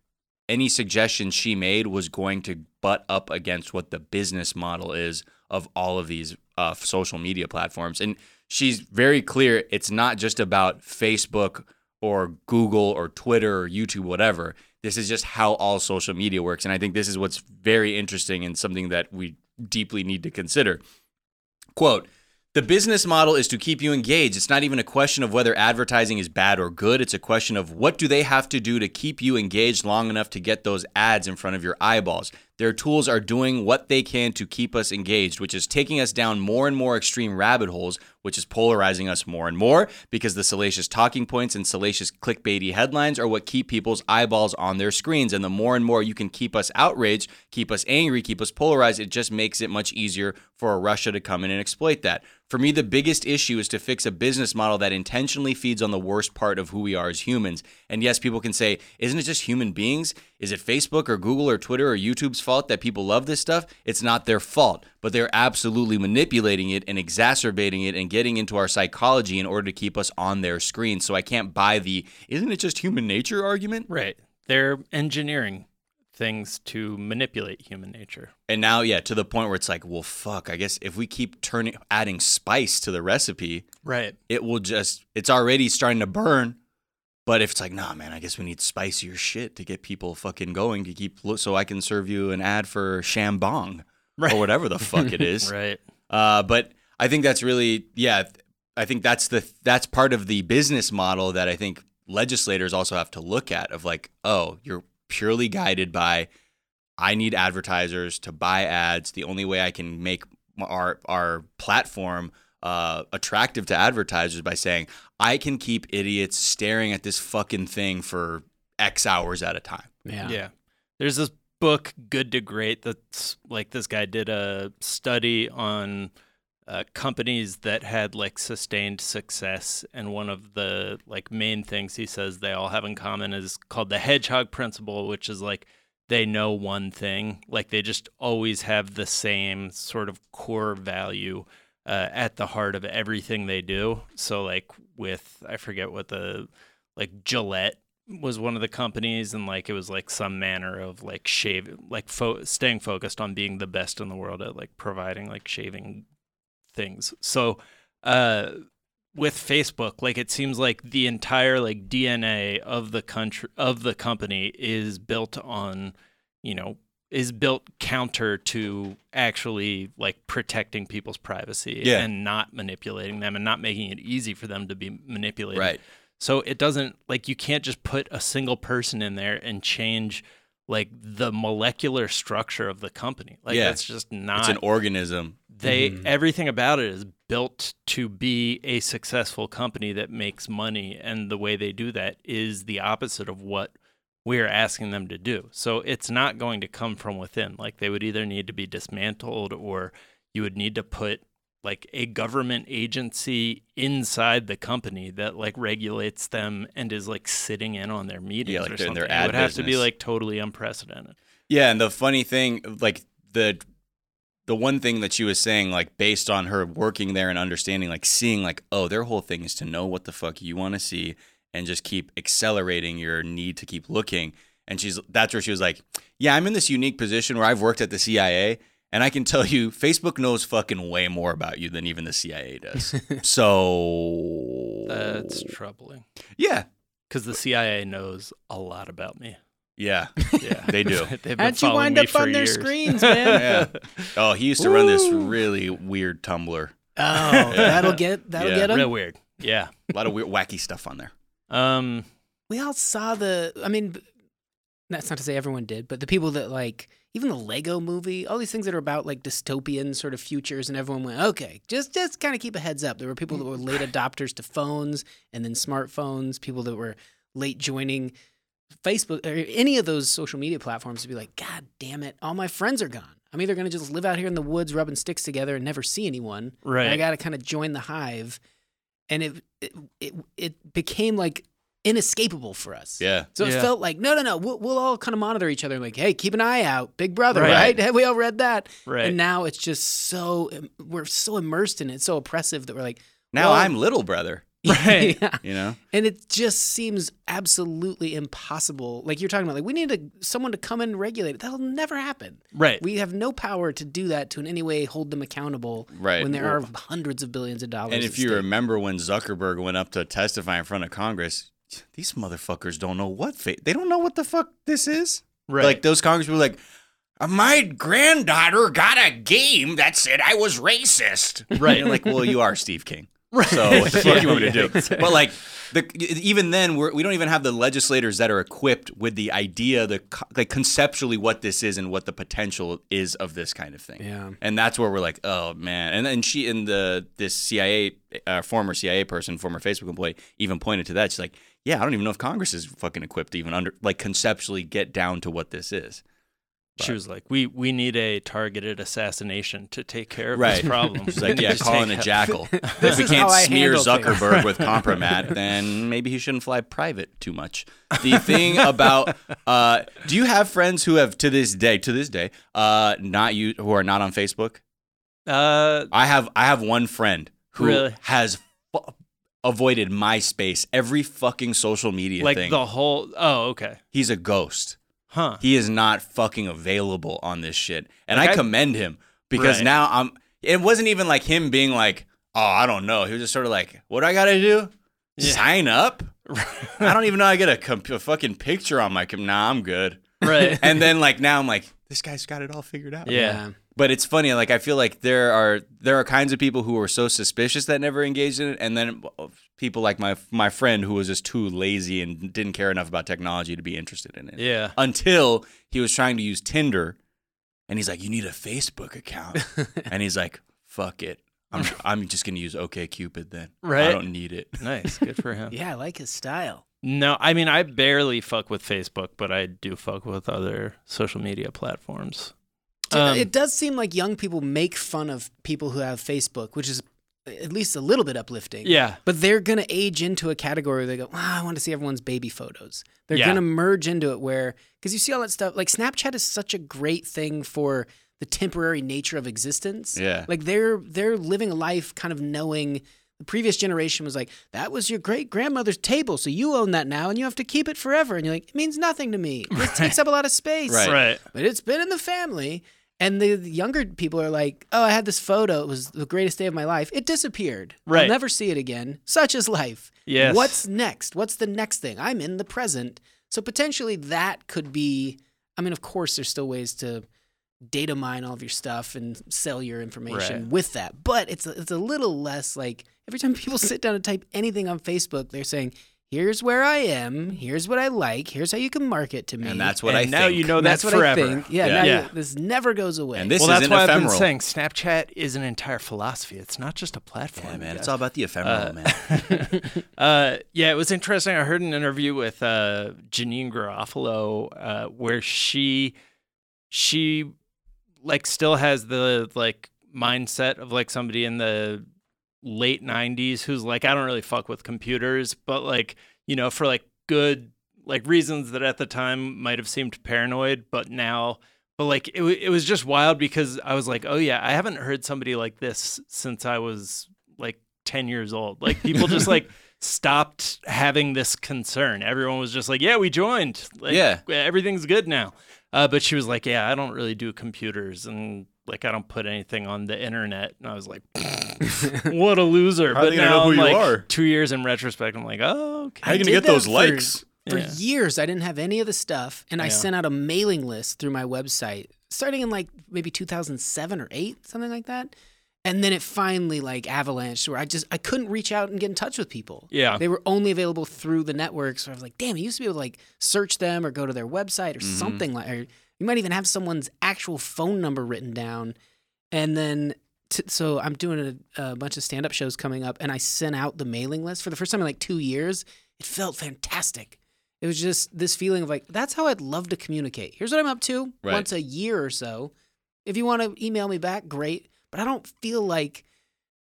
[SPEAKER 2] any suggestion she made was going to butt up against what the business model is of all of these uh, social media platforms. And she's very clear it's not just about Facebook or Google or Twitter or YouTube, whatever. This is just how all social media works. And I think this is what's very interesting and something that we deeply need to consider. Quote, the business model is to keep you engaged. It's not even a question of whether advertising is bad or good. It's a question of what do they have to do to keep you engaged long enough to get those ads in front of your eyeballs. Their tools are doing what they can to keep us engaged, which is taking us down more and more extreme rabbit holes, which is polarizing us more and more because the salacious talking points and salacious clickbaity headlines are what keep people's eyeballs on their screens. And the more and more you can keep us outraged, keep us angry, keep us polarized, it just makes it much easier for a Russia to come in and exploit that. For me, the biggest issue is to fix a business model that intentionally feeds on the worst part of who we are as humans. And yes, people can say, isn't it just human beings? Is it Facebook or Google or Twitter or YouTube's fault that people love this stuff? It's not their fault, but they're absolutely manipulating it and exacerbating it and getting into our psychology in order to keep us on their screen. So I can't buy the isn't it just human nature argument?
[SPEAKER 1] Right. They're engineering things to manipulate human nature.
[SPEAKER 2] And now, yeah, to the point where it's like, well, fuck, I guess if we keep turning adding spice to the recipe,
[SPEAKER 1] Right.
[SPEAKER 2] it will just it's already starting to burn. But if it's like, nah, man, I guess we need spicier shit to get people fucking going to keep lo- so I can serve you an ad for Shambong
[SPEAKER 1] Right.
[SPEAKER 2] or whatever the fuck it is.
[SPEAKER 1] Right.
[SPEAKER 2] Uh, but I think that's really yeah. th- I think that's the that's part of the business model that I think legislators also have to look at of like, oh, you're purely guided by I need advertisers to buy ads. The only way I can make m- our our platform uh, attractive to advertisers by saying I can keep idiots staring at this fucking thing for X hours at a time.
[SPEAKER 3] Yeah.
[SPEAKER 1] Yeah. There's this book, Good to Great, that's like this guy did a study on uh, companies that had like sustained success. And one of the like main things he says they all have in common is called the hedgehog principle, which is like they know one thing. Like they just always have the same sort of core value. Uh, at the heart of everything they do. So, like with, I forget what the like Gillette was one of the companies, and like it was like some manner of like shave, like fo- staying focused on being the best in the world at like providing like shaving things. So, uh, with Facebook, like it seems like the entire like DNA of the country of the company is built on, you know, is built counter to actually like protecting people's privacy
[SPEAKER 2] Yeah.
[SPEAKER 1] and not manipulating them and not making it easy for them to be manipulated.
[SPEAKER 2] Right.
[SPEAKER 1] So it doesn't like you can't just put a single person in there and change like the molecular structure of the company. Like
[SPEAKER 2] Yeah.
[SPEAKER 1] that's just not
[SPEAKER 2] It's an organism.
[SPEAKER 1] they
[SPEAKER 2] Mm-hmm.
[SPEAKER 1] everything about it is built to be a successful company that makes money and the way they do that is the opposite of what we're asking them to do so it's not going to come from within like they would either need to be dismantled or you would need to put like a government agency inside the company that like regulates them and is like sitting in on their meetings
[SPEAKER 2] like
[SPEAKER 1] or
[SPEAKER 2] they're
[SPEAKER 1] something.
[SPEAKER 2] in their
[SPEAKER 1] it
[SPEAKER 2] ad
[SPEAKER 1] would have to be
[SPEAKER 2] business.
[SPEAKER 1] like totally unprecedented.
[SPEAKER 2] Yeah, and the funny thing, like the the one thing that she was saying, like based on her working there and understanding, like seeing, like oh, their whole thing is to know what the fuck you want to see and just keep accelerating your need to keep looking. And she's that's where she was like, yeah, I'm in this unique position where I've worked at the CIA. And I can tell you, Facebook knows fucking way more about you than even the CIA does. so,
[SPEAKER 1] That's troubling.
[SPEAKER 2] yeah,
[SPEAKER 1] Because the CIA knows a lot about me.
[SPEAKER 2] Yeah, yeah, they do.
[SPEAKER 1] They've been
[SPEAKER 3] How'd you
[SPEAKER 1] following
[SPEAKER 3] wind
[SPEAKER 1] me
[SPEAKER 3] up
[SPEAKER 1] for
[SPEAKER 3] on their
[SPEAKER 1] years.
[SPEAKER 3] screens, man?
[SPEAKER 2] Yeah. Oh, he used to run this really weird Tumblr.
[SPEAKER 3] Oh, that'll get that'll
[SPEAKER 2] Yeah.
[SPEAKER 3] get them.
[SPEAKER 1] Real weird. Yeah.
[SPEAKER 2] A lot of weird, wacky stuff on there.
[SPEAKER 1] Um.
[SPEAKER 3] we all saw the i mean b- that's not to say everyone did but the people that like even the lego movie all these things that are about like dystopian sort of futures and everyone went okay just just kind of keep a heads up there were people that were late adopters to phones and then smartphones people that were late joining facebook or any of those social media platforms to be like god damn it all my friends are gone i'm either going to just live out here in the woods rubbing sticks together and never see anyone and I
[SPEAKER 1] Right.
[SPEAKER 3] got to kind of join the hive, and it it it, it became like inescapable for us.
[SPEAKER 2] Yeah.
[SPEAKER 3] So it
[SPEAKER 1] Yeah.
[SPEAKER 3] felt like no, no, no. We'll, we'll all kind of monitor each other, like, hey, keep an eye out, Big Brother,
[SPEAKER 1] Right.
[SPEAKER 3] right? We all read that,
[SPEAKER 1] Right.
[SPEAKER 3] And now it's just so um, we're so immersed in it, so oppressive that we're like,
[SPEAKER 2] Now
[SPEAKER 3] well-
[SPEAKER 2] I'm little brother.
[SPEAKER 1] Right.
[SPEAKER 3] yeah.
[SPEAKER 2] You know.
[SPEAKER 3] And it just seems absolutely impossible. Like you're talking about, like we need to, someone to come and regulate it. That'll never happen.
[SPEAKER 1] Right.
[SPEAKER 3] We have no power to do that to in any way hold them accountable.
[SPEAKER 2] Right.
[SPEAKER 3] When there
[SPEAKER 2] Well-
[SPEAKER 3] are hundreds of billions of dollars.
[SPEAKER 2] And
[SPEAKER 3] at
[SPEAKER 2] if you
[SPEAKER 3] stake.
[SPEAKER 2] remember when Zuckerberg went up to testify in front of Congress, these motherfuckers don't know what fa- they don't know what the fuck this is.
[SPEAKER 1] Right.
[SPEAKER 2] Like those Congress were like, my granddaughter got a game that said I was racist.
[SPEAKER 1] Right.
[SPEAKER 2] You're like, well, you are Steve King. Right. So what the fuck you want me to do? But like, the, even then, we're, we don't even have the legislators that are equipped with the idea, the co- like conceptually what this is and what the potential is of this kind of thing.
[SPEAKER 3] Yeah.
[SPEAKER 2] And that's where we're like, oh man. And then she and the this CIA uh, former CIA person, former Facebook employee, even pointed to that. She's like, yeah, I don't even know if Congress is fucking equipped to even under like conceptually get down to what this is.
[SPEAKER 1] She was like, "We we need a targeted assassination to take care of
[SPEAKER 2] Right.
[SPEAKER 1] this problem."
[SPEAKER 2] She's like,
[SPEAKER 1] We
[SPEAKER 2] yeah,
[SPEAKER 1] just
[SPEAKER 2] calling
[SPEAKER 1] take
[SPEAKER 2] a
[SPEAKER 1] out-
[SPEAKER 2] jackal. if we
[SPEAKER 3] is
[SPEAKER 2] can't
[SPEAKER 3] how I
[SPEAKER 2] smear
[SPEAKER 3] handle things.
[SPEAKER 2] Zuckerberg with compromat, then maybe he shouldn't fly private too much. The thing about uh, do you have friends who have to this day, to this day, uh, not you who are not on Facebook?
[SPEAKER 1] Uh,
[SPEAKER 2] I have I have one friend who
[SPEAKER 1] Really?
[SPEAKER 2] has fu- avoided MySpace, every fucking social media
[SPEAKER 1] like
[SPEAKER 2] thing.
[SPEAKER 1] the whole. Oh, okay.
[SPEAKER 2] He's a ghost.
[SPEAKER 1] Huh.
[SPEAKER 2] He is not fucking available on this shit, and
[SPEAKER 1] Like,
[SPEAKER 2] I
[SPEAKER 1] I-
[SPEAKER 2] commend him because
[SPEAKER 1] Right.
[SPEAKER 2] now I'm. It wasn't even like him being like, "Oh, I don't know." He was just sort of like, "What do I gotta do?
[SPEAKER 1] Yeah.
[SPEAKER 2] Sign up? I don't even know. how I get a, comp- a fucking picture on my com. Nah, I'm good."
[SPEAKER 1] Right.
[SPEAKER 2] And then like now I'm like, this guy's got it all figured out.
[SPEAKER 1] yeah.
[SPEAKER 2] But it's funny, like I feel like there are there are kinds of people who are so suspicious that never engaged in it, and then people like my my friend who was just too lazy and didn't care enough about technology to be interested in it.
[SPEAKER 1] Yeah.
[SPEAKER 2] Until he was trying to use Tinder, and he's like, "You need a Facebook account," and he's like, "Fuck it, I'm I'm just gonna use OKCupid then. I
[SPEAKER 1] Right.
[SPEAKER 2] don't need it."
[SPEAKER 1] Nice. Good for him.
[SPEAKER 3] Yeah, I like his style.
[SPEAKER 1] No, I mean I barely fuck with Facebook, but I do fuck with other social media platforms.
[SPEAKER 3] D-
[SPEAKER 1] Um,
[SPEAKER 3] it does seem like young people make fun of people who have Facebook, which is at least a little bit uplifting.
[SPEAKER 1] Yeah.
[SPEAKER 3] But they're going to age into a category where they go, "Ah, I want to see everyone's baby photos. They're
[SPEAKER 1] Yeah.
[SPEAKER 3] going to merge into it where, because you see all that stuff, like Snapchat is such a great thing for the temporary nature of existence.
[SPEAKER 2] Yeah.
[SPEAKER 3] Like they're they're living a life kind of knowing the previous generation was like, that was your great grandmother's table, so you own that now and you have to keep it forever. And you're like, it means nothing to me. It takes up a lot of space
[SPEAKER 2] Right.
[SPEAKER 1] Right.
[SPEAKER 3] but it's been in the family. And the the younger people are like, oh, I had this photo. It was the greatest day of my life. It disappeared. I'll
[SPEAKER 1] Right.
[SPEAKER 3] never see it again. Such is life.
[SPEAKER 1] Yes.
[SPEAKER 3] What's next? What's the next thing? I'm in the present. So potentially that could be, I mean, of course, there's still ways to data mine all of your stuff and sell your information
[SPEAKER 1] Right.
[SPEAKER 3] with that. But it's a, it's a little less like every time people sit down and type anything on Facebook, they're saying, here's where I am. Here's what I like. Here's how you can market to me.
[SPEAKER 2] And that's what
[SPEAKER 1] and
[SPEAKER 2] I
[SPEAKER 1] now
[SPEAKER 2] think.
[SPEAKER 1] you know
[SPEAKER 3] And
[SPEAKER 1] Oh, that's,
[SPEAKER 3] that's what
[SPEAKER 1] forever.
[SPEAKER 3] I think. Yeah,
[SPEAKER 2] Yeah.
[SPEAKER 3] Now you-
[SPEAKER 1] Yeah.
[SPEAKER 3] this never goes away.
[SPEAKER 2] And this
[SPEAKER 1] well,
[SPEAKER 2] is
[SPEAKER 1] that's
[SPEAKER 2] an
[SPEAKER 1] why
[SPEAKER 2] ephemeral.
[SPEAKER 1] I've been saying Snapchat is an entire philosophy. It's not just a platform.
[SPEAKER 2] Yeah, man,
[SPEAKER 1] you
[SPEAKER 2] it's
[SPEAKER 1] guys.
[SPEAKER 2] all about the ephemeral, man.
[SPEAKER 1] Uh, yeah, it was interesting. I heard an interview with uh, Janine Garofalo uh, where she she like still has the like mindset of like somebody in the late 90s who's like I don't really fuck with computers, but like, you know, for like good like reasons that at the time might have seemed paranoid, but now but like it, wa- it was just wild because I was like, "Oh yeah, I haven't heard somebody like this since I was like 10 years old. Like people just like stopped having this concern. Everyone was just like, "Yeah, we joined. Like,
[SPEAKER 2] Yeah.
[SPEAKER 1] everything's good now." Uh, but she was like, "Yeah, I don't really do computers and like I don't put anything on the internet." And I was like, "What a loser!"
[SPEAKER 2] How are
[SPEAKER 1] but
[SPEAKER 2] they
[SPEAKER 1] now
[SPEAKER 2] gonna know who
[SPEAKER 1] I'm
[SPEAKER 2] you
[SPEAKER 1] like,
[SPEAKER 2] are?
[SPEAKER 1] two years in retrospect, I'm like, "Oh, okay."
[SPEAKER 2] How you gonna
[SPEAKER 3] did
[SPEAKER 2] get those
[SPEAKER 3] that for-
[SPEAKER 2] likes?
[SPEAKER 3] For years, I didn't have any of the stuff, and I sent out a mailing list through my website, starting in like maybe 2007 or eight, something like that. And then it finally like avalanched where I just I couldn't reach out and get in touch with people.
[SPEAKER 1] Yeah.
[SPEAKER 3] they were only available through the network. So I was like, damn, I used to be able to like search them or go to their website or
[SPEAKER 1] Mm-hmm.
[SPEAKER 3] something like. Or you might even have someone's actual phone number written down, and then t- so I'm doing a, a bunch of stand up shows coming up, and I sent out the mailing list for the first time in like two years. It felt fantastic. It was just this feeling of like, that's how I'd love to communicate. Here's what I'm up to
[SPEAKER 2] Right.
[SPEAKER 3] once a year or so. If you want to email me back, great. But I don't feel like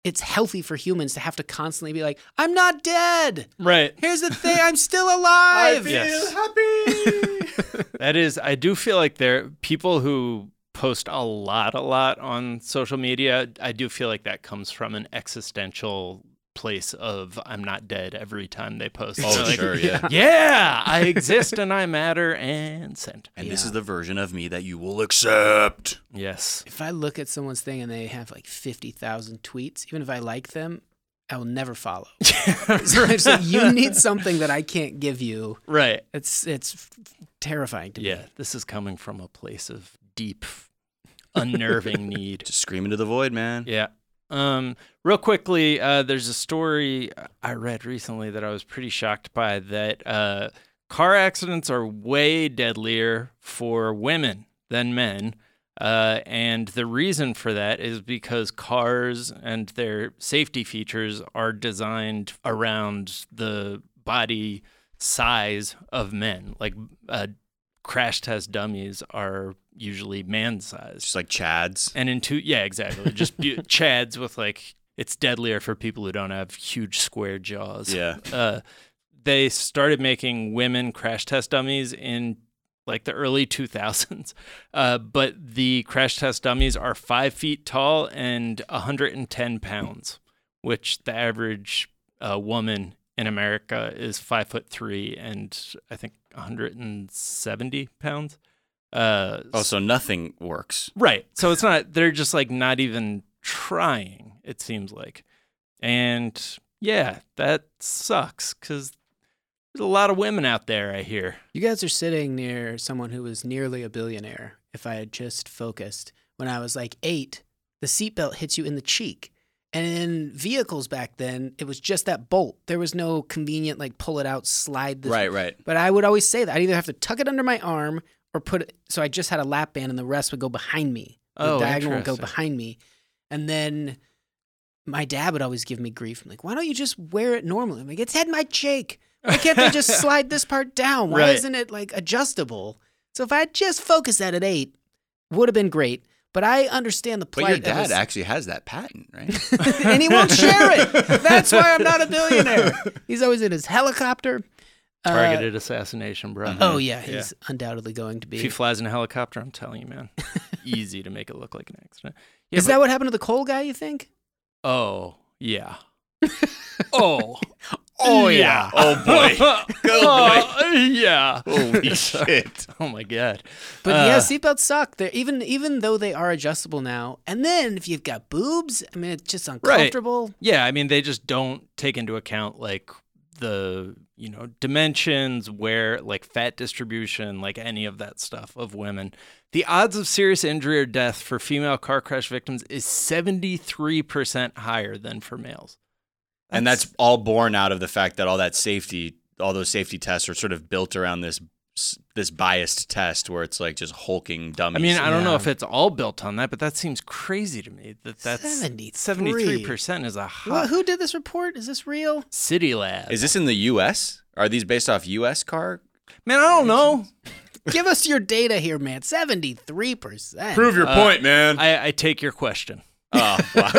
[SPEAKER 3] it's healthy for humans to have to constantly be like, I'm not dead.
[SPEAKER 1] Right.
[SPEAKER 3] Here's the thing, I'm still alive.
[SPEAKER 1] yes. that is, I do feel like there people who post a lot, a lot on social media. I do feel like that comes from an existential place of I'm not dead every time they post. They're
[SPEAKER 2] Oh,
[SPEAKER 1] like,
[SPEAKER 2] sure, yeah.
[SPEAKER 1] Yeah, I exist and I matter and send.
[SPEAKER 2] And this is the version of me that you will accept.
[SPEAKER 1] Yes.
[SPEAKER 3] If I look at someone's thing and they have like 50,000 tweets, even if I like them, I will never follow. so it's like, you need something that I can't give you.
[SPEAKER 1] Right.
[SPEAKER 3] It's it's f- terrifying to me.
[SPEAKER 1] Yeah, this is coming from a place of deep, unnerving need.
[SPEAKER 2] Just scream into the void, man.
[SPEAKER 1] Yeah. Um, real quickly, uh, there's a story I read recently that I was pretty shocked by that uh, car accidents are way deadlier for women than men. Uh, and the reason for that is because cars and their safety features are designed around the body size of men. Like uh, crash test dummies are usually man sized.
[SPEAKER 2] Just like Chad's.
[SPEAKER 1] And in two, yeah, exactly. Just bu- Chads with like, it's deadlier for people who don't have huge square jaws.
[SPEAKER 2] Yeah.
[SPEAKER 1] Uh, they started making women crash test dummies in like the early 2000s. Uh, but the crash test dummies are five feet tall and 110 pounds, which the average uh, woman in America is five foot three and I think 170 pounds. Uh,
[SPEAKER 2] Also, Oh, nothing works.
[SPEAKER 1] Right. So it's not, they're just like not even trying, it seems like. And yeah, that sucks because there's a lot of women out there, I hear.
[SPEAKER 3] You guys are sitting near someone who was nearly a billionaire. If I had just focused when I was like eight, the seatbelt hits you in the cheek. And in vehicles back then, it was just that bolt. There was no convenient, like, pull it out, slide this.
[SPEAKER 2] Right, right.
[SPEAKER 3] But I would always say that I'd either have to tuck it under my arm or put it. So I just had a lap band and the rest would go behind me. The
[SPEAKER 1] Oh,
[SPEAKER 3] diagonal would go
[SPEAKER 1] interesting.
[SPEAKER 3] behind me. And then my dad would always give me grief. I'm like, why don't you just wear it normally? I'm like, it's had my cheek. Why can't they just slide this part down? Why
[SPEAKER 1] Right.
[SPEAKER 3] isn't it like adjustable? So if I had just focused that at eight, would have been great. But I understand the
[SPEAKER 2] But
[SPEAKER 3] plight.
[SPEAKER 2] your
[SPEAKER 3] of
[SPEAKER 2] dad
[SPEAKER 3] this-
[SPEAKER 2] actually has that patent, right?
[SPEAKER 3] and he won't share it. That's why I'm not a billionaire. He's always in his helicopter. Uh,
[SPEAKER 1] Targeted assassination, bro.
[SPEAKER 3] Oh yeah, he's undoubtedly going to
[SPEAKER 1] If he
[SPEAKER 3] be.
[SPEAKER 1] flies in a helicopter, I'm telling you, man, easy to make it look like an accident. Yeah,
[SPEAKER 3] Is
[SPEAKER 1] but-
[SPEAKER 3] that what happened to the coal guy? You think?
[SPEAKER 1] Oh, yeah. oh.
[SPEAKER 2] oh, yeah. Oh, boy.
[SPEAKER 1] oh, yeah.
[SPEAKER 2] Holy shit.
[SPEAKER 1] Oh, my God.
[SPEAKER 3] But
[SPEAKER 1] Uh,
[SPEAKER 3] yeah, seatbelts suck. They're even even though they are adjustable now. And then if you've got boobs, I mean, it's just uncomfortable.
[SPEAKER 1] Yeah, I mean they just don't take into account like the you know dimensions where like fat distribution like any of that stuff of women the odds of serious injury or death for female car crash victims is 73% higher than for males
[SPEAKER 2] and that's all born out of the fact that all that safety, all those safety tests are sort of built around this this biased test where it's like just
[SPEAKER 1] i
[SPEAKER 2] hulking dummies.
[SPEAKER 1] mean i don't know if it's all built on that but that seems crazy to me that that's
[SPEAKER 3] 73.
[SPEAKER 1] 73% is a
[SPEAKER 3] Wha-
[SPEAKER 1] hot
[SPEAKER 3] who did this report? Is this real?
[SPEAKER 1] city lab
[SPEAKER 2] Is this in the U.S.? Are these based off U.S. car?
[SPEAKER 1] man i don't know
[SPEAKER 3] Give us your data here, man. Seventy three percent.
[SPEAKER 2] your point, man.
[SPEAKER 1] I, I take your question
[SPEAKER 2] oh, wow.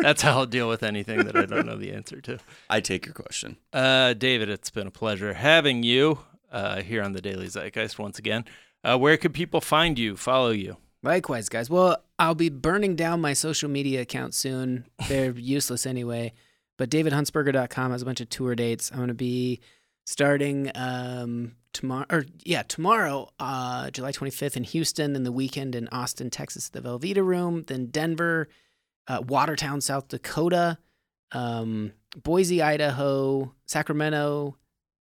[SPEAKER 1] that's how i'll deal with anything that i don't know the answer to
[SPEAKER 2] I take your question.
[SPEAKER 1] Uh, David, it's been a pleasure having you uh, here on the Daily Zeitgeist once again. Uh, where could people find you, follow you?
[SPEAKER 3] Likewise, guys. Well, I'll be burning down my social media account soon. They're useless anyway. But davidhuntsberger.com has a bunch of tour dates. I'm going to be starting um, tomorrow, or yeah, tomorrow, uh, July 25th in Houston, then the weekend in Austin, Texas, at the Velveeta Room, then Denver, uh, Watertown, South Dakota, um, Boise, Idaho, Sacramento,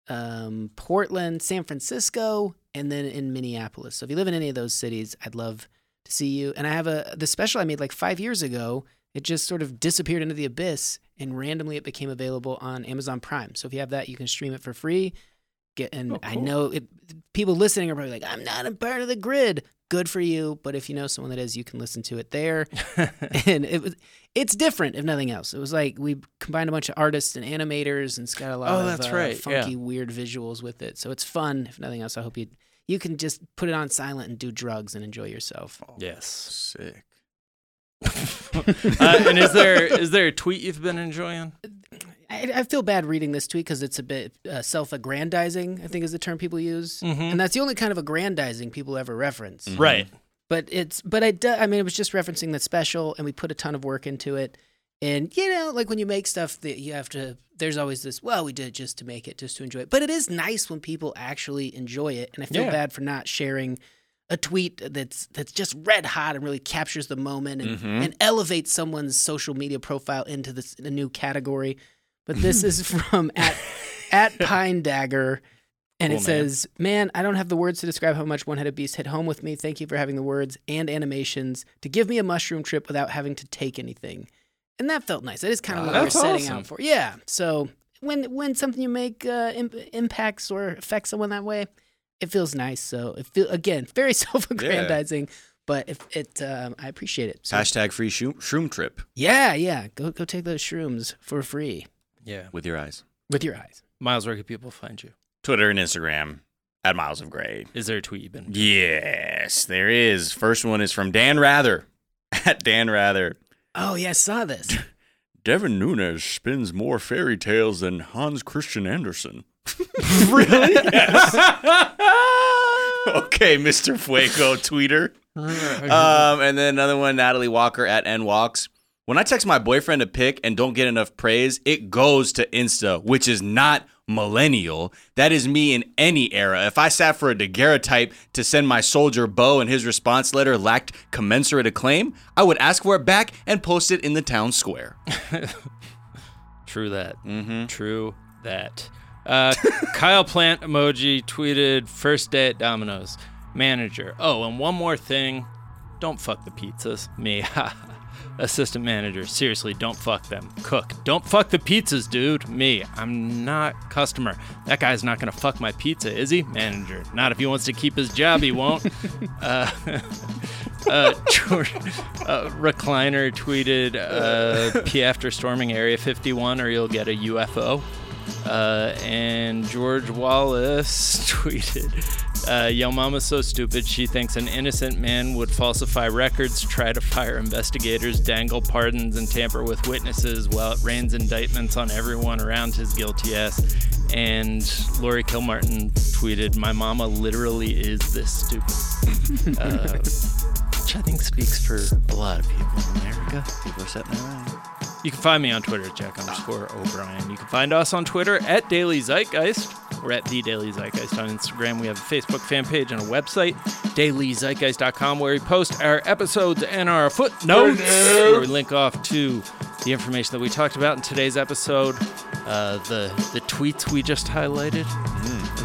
[SPEAKER 3] um, Portland, San Francisco, and then in Minneapolis. So if you live in any of those cities, I'd love to see you. And I have a the special I made like five years ago. It just sort of disappeared into the abyss, and randomly it became available on Amazon Prime. So if you have that, you can stream it for free. Get
[SPEAKER 1] Oh,
[SPEAKER 3] and I know it, people listening are probably like, I'm not a part of the grid. Good for you, but if you know someone that is, you can listen to it there. and it was it's different, if nothing else. It was like we combined a bunch of artists and animators, and it's got a lot
[SPEAKER 1] Oh,
[SPEAKER 3] of
[SPEAKER 1] that's
[SPEAKER 3] uh,
[SPEAKER 1] right, yeah.
[SPEAKER 3] funky weird visuals with it. So it's fun, if nothing else. I hope you you can just put it on silent and do drugs and enjoy yourself.
[SPEAKER 1] Yes.
[SPEAKER 2] Sick.
[SPEAKER 1] Uh, and is there is there a tweet you've been enjoying?
[SPEAKER 3] I, I feel bad reading this tweet because it's a bit uh, self-aggrandizing. I think is the term people use, and that's the only kind of aggrandizing people ever reference.
[SPEAKER 1] Right.
[SPEAKER 3] But it's but I do, I mean it was just referencing that special, and we put a ton of work into it. And you know, like when you make stuff, that you have to. There's always this. Well, we did it just to make it, just to enjoy it. But it is nice when people actually enjoy it, and I feel
[SPEAKER 1] Yeah.
[SPEAKER 3] bad for not sharing a tweet that's that's just red hot and really captures the moment and, and elevates someone's social media profile into this a new category. But this is from at at Pine Dagger. And it says, Man, I don't have the words to describe how much One Headed Beast hit home with me. Thank you for having the words and animations to give me a mushroom trip without having to take anything. And that felt nice. That is kind of what we we're
[SPEAKER 1] that's
[SPEAKER 3] setting
[SPEAKER 1] awesome.
[SPEAKER 3] out for. Yeah. So when when something you make uh, imp- impacts or affects someone that way, it feels nice. So it feel again very self-aggrandizing, but if it um, I appreciate it. So,
[SPEAKER 2] Hashtag free shroom, shroom trip
[SPEAKER 3] yeah, yeah. Go go take those shrooms for free
[SPEAKER 1] Yeah.
[SPEAKER 2] with your eyes.
[SPEAKER 3] with your eyes.
[SPEAKER 1] Miles, where can people find you?
[SPEAKER 2] Twitter and Instagram at Miles of Gray.
[SPEAKER 1] Is there a tweet you've been?
[SPEAKER 2] Yes, there is. First one is from Dan Rather. At Dan Rather.
[SPEAKER 3] Oh yeah, I saw this.
[SPEAKER 2] Devin Nunes spins more fairy tales than Hans Christian Andersen. really? yes. okay, Mr. Fuego tweeter. Um, and then another one, Natalie Walker at NWalks. When I text my boyfriend a pic and don't get enough praise, it goes to Insta, which is not millennial. That is me in any era. If I sat for a daguerreotype to send my soldier Bo and his response letter lacked commensurate acclaim, I would ask for it back and post it in the town square.
[SPEAKER 1] True that. Mm-hmm. True that. Uh, Kyle Plant emoji tweeted first day at Domino's manager. Oh, and one more thing, don't fuck the pizzas. Me, assistant manager. Seriously, don't fuck them. Cook, don't fuck the pizzas, dude. Me, I'm not customer. That guy's not gonna fuck my pizza, is he? Manager, not if he wants to keep his job, he won't. uh, George, uh, recliner tweeted uh, pee after storming area 51 or you'll get a ufo uh, and george wallace tweeted uh, yo mama's so stupid she thinks an innocent man would falsify records try to fire investigators dangle pardons and tamper with witnesses while it rains indictments on everyone around his guilty ass and lori kilmartin tweeted my mama literally is this stupid which I think speaks for a lot of people in America. People are setting their own. You can find me on Twitter at Jack underscore O'Brien. You can find us on Twitter at Daily Zeitgeist. We're at The Daily Zeitgeist on Instagram. We have a Facebook fan page and a website, dailyzeitgeist.com, where we post our episodes and our footnotes, where we link off to the information that we talked about in today's episode, uh, the, the tweets we just highlighted,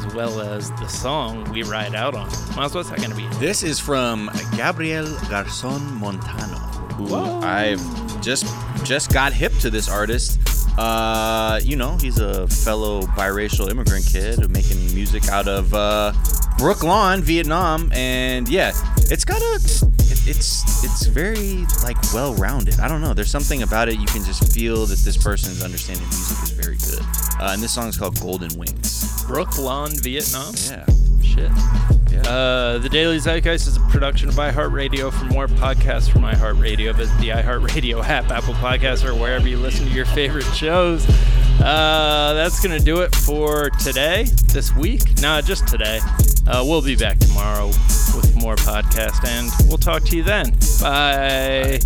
[SPEAKER 1] as well as the song we ride out on. Miles, what's that going to be?
[SPEAKER 2] This is from Gabriel Garzon Montano, who I've just just got hip to this artist. Uh, you know, he's a fellow biracial immigrant kid who making music out of uh, Brook Lawn, Vietnam, and yeah, it's got a it- it's it's very like well rounded. I don't know. There's something about it you can just feel that this person's understanding of music is very good. Uh, and this song is called Golden Wings.
[SPEAKER 1] Brook Lawn, Vietnam.
[SPEAKER 2] Yeah.
[SPEAKER 1] Shit. Uh, the Daily Zeitgeist is a production of iHeartRadio. For more podcasts from iHeartRadio, visit the iHeartRadio app, Apple Podcasts, or wherever you listen to your favorite shows. Uh, that's going to do it for today, this week. Nah, just today. Uh, we'll be back tomorrow with more podcast, and we'll talk to you then. Bye.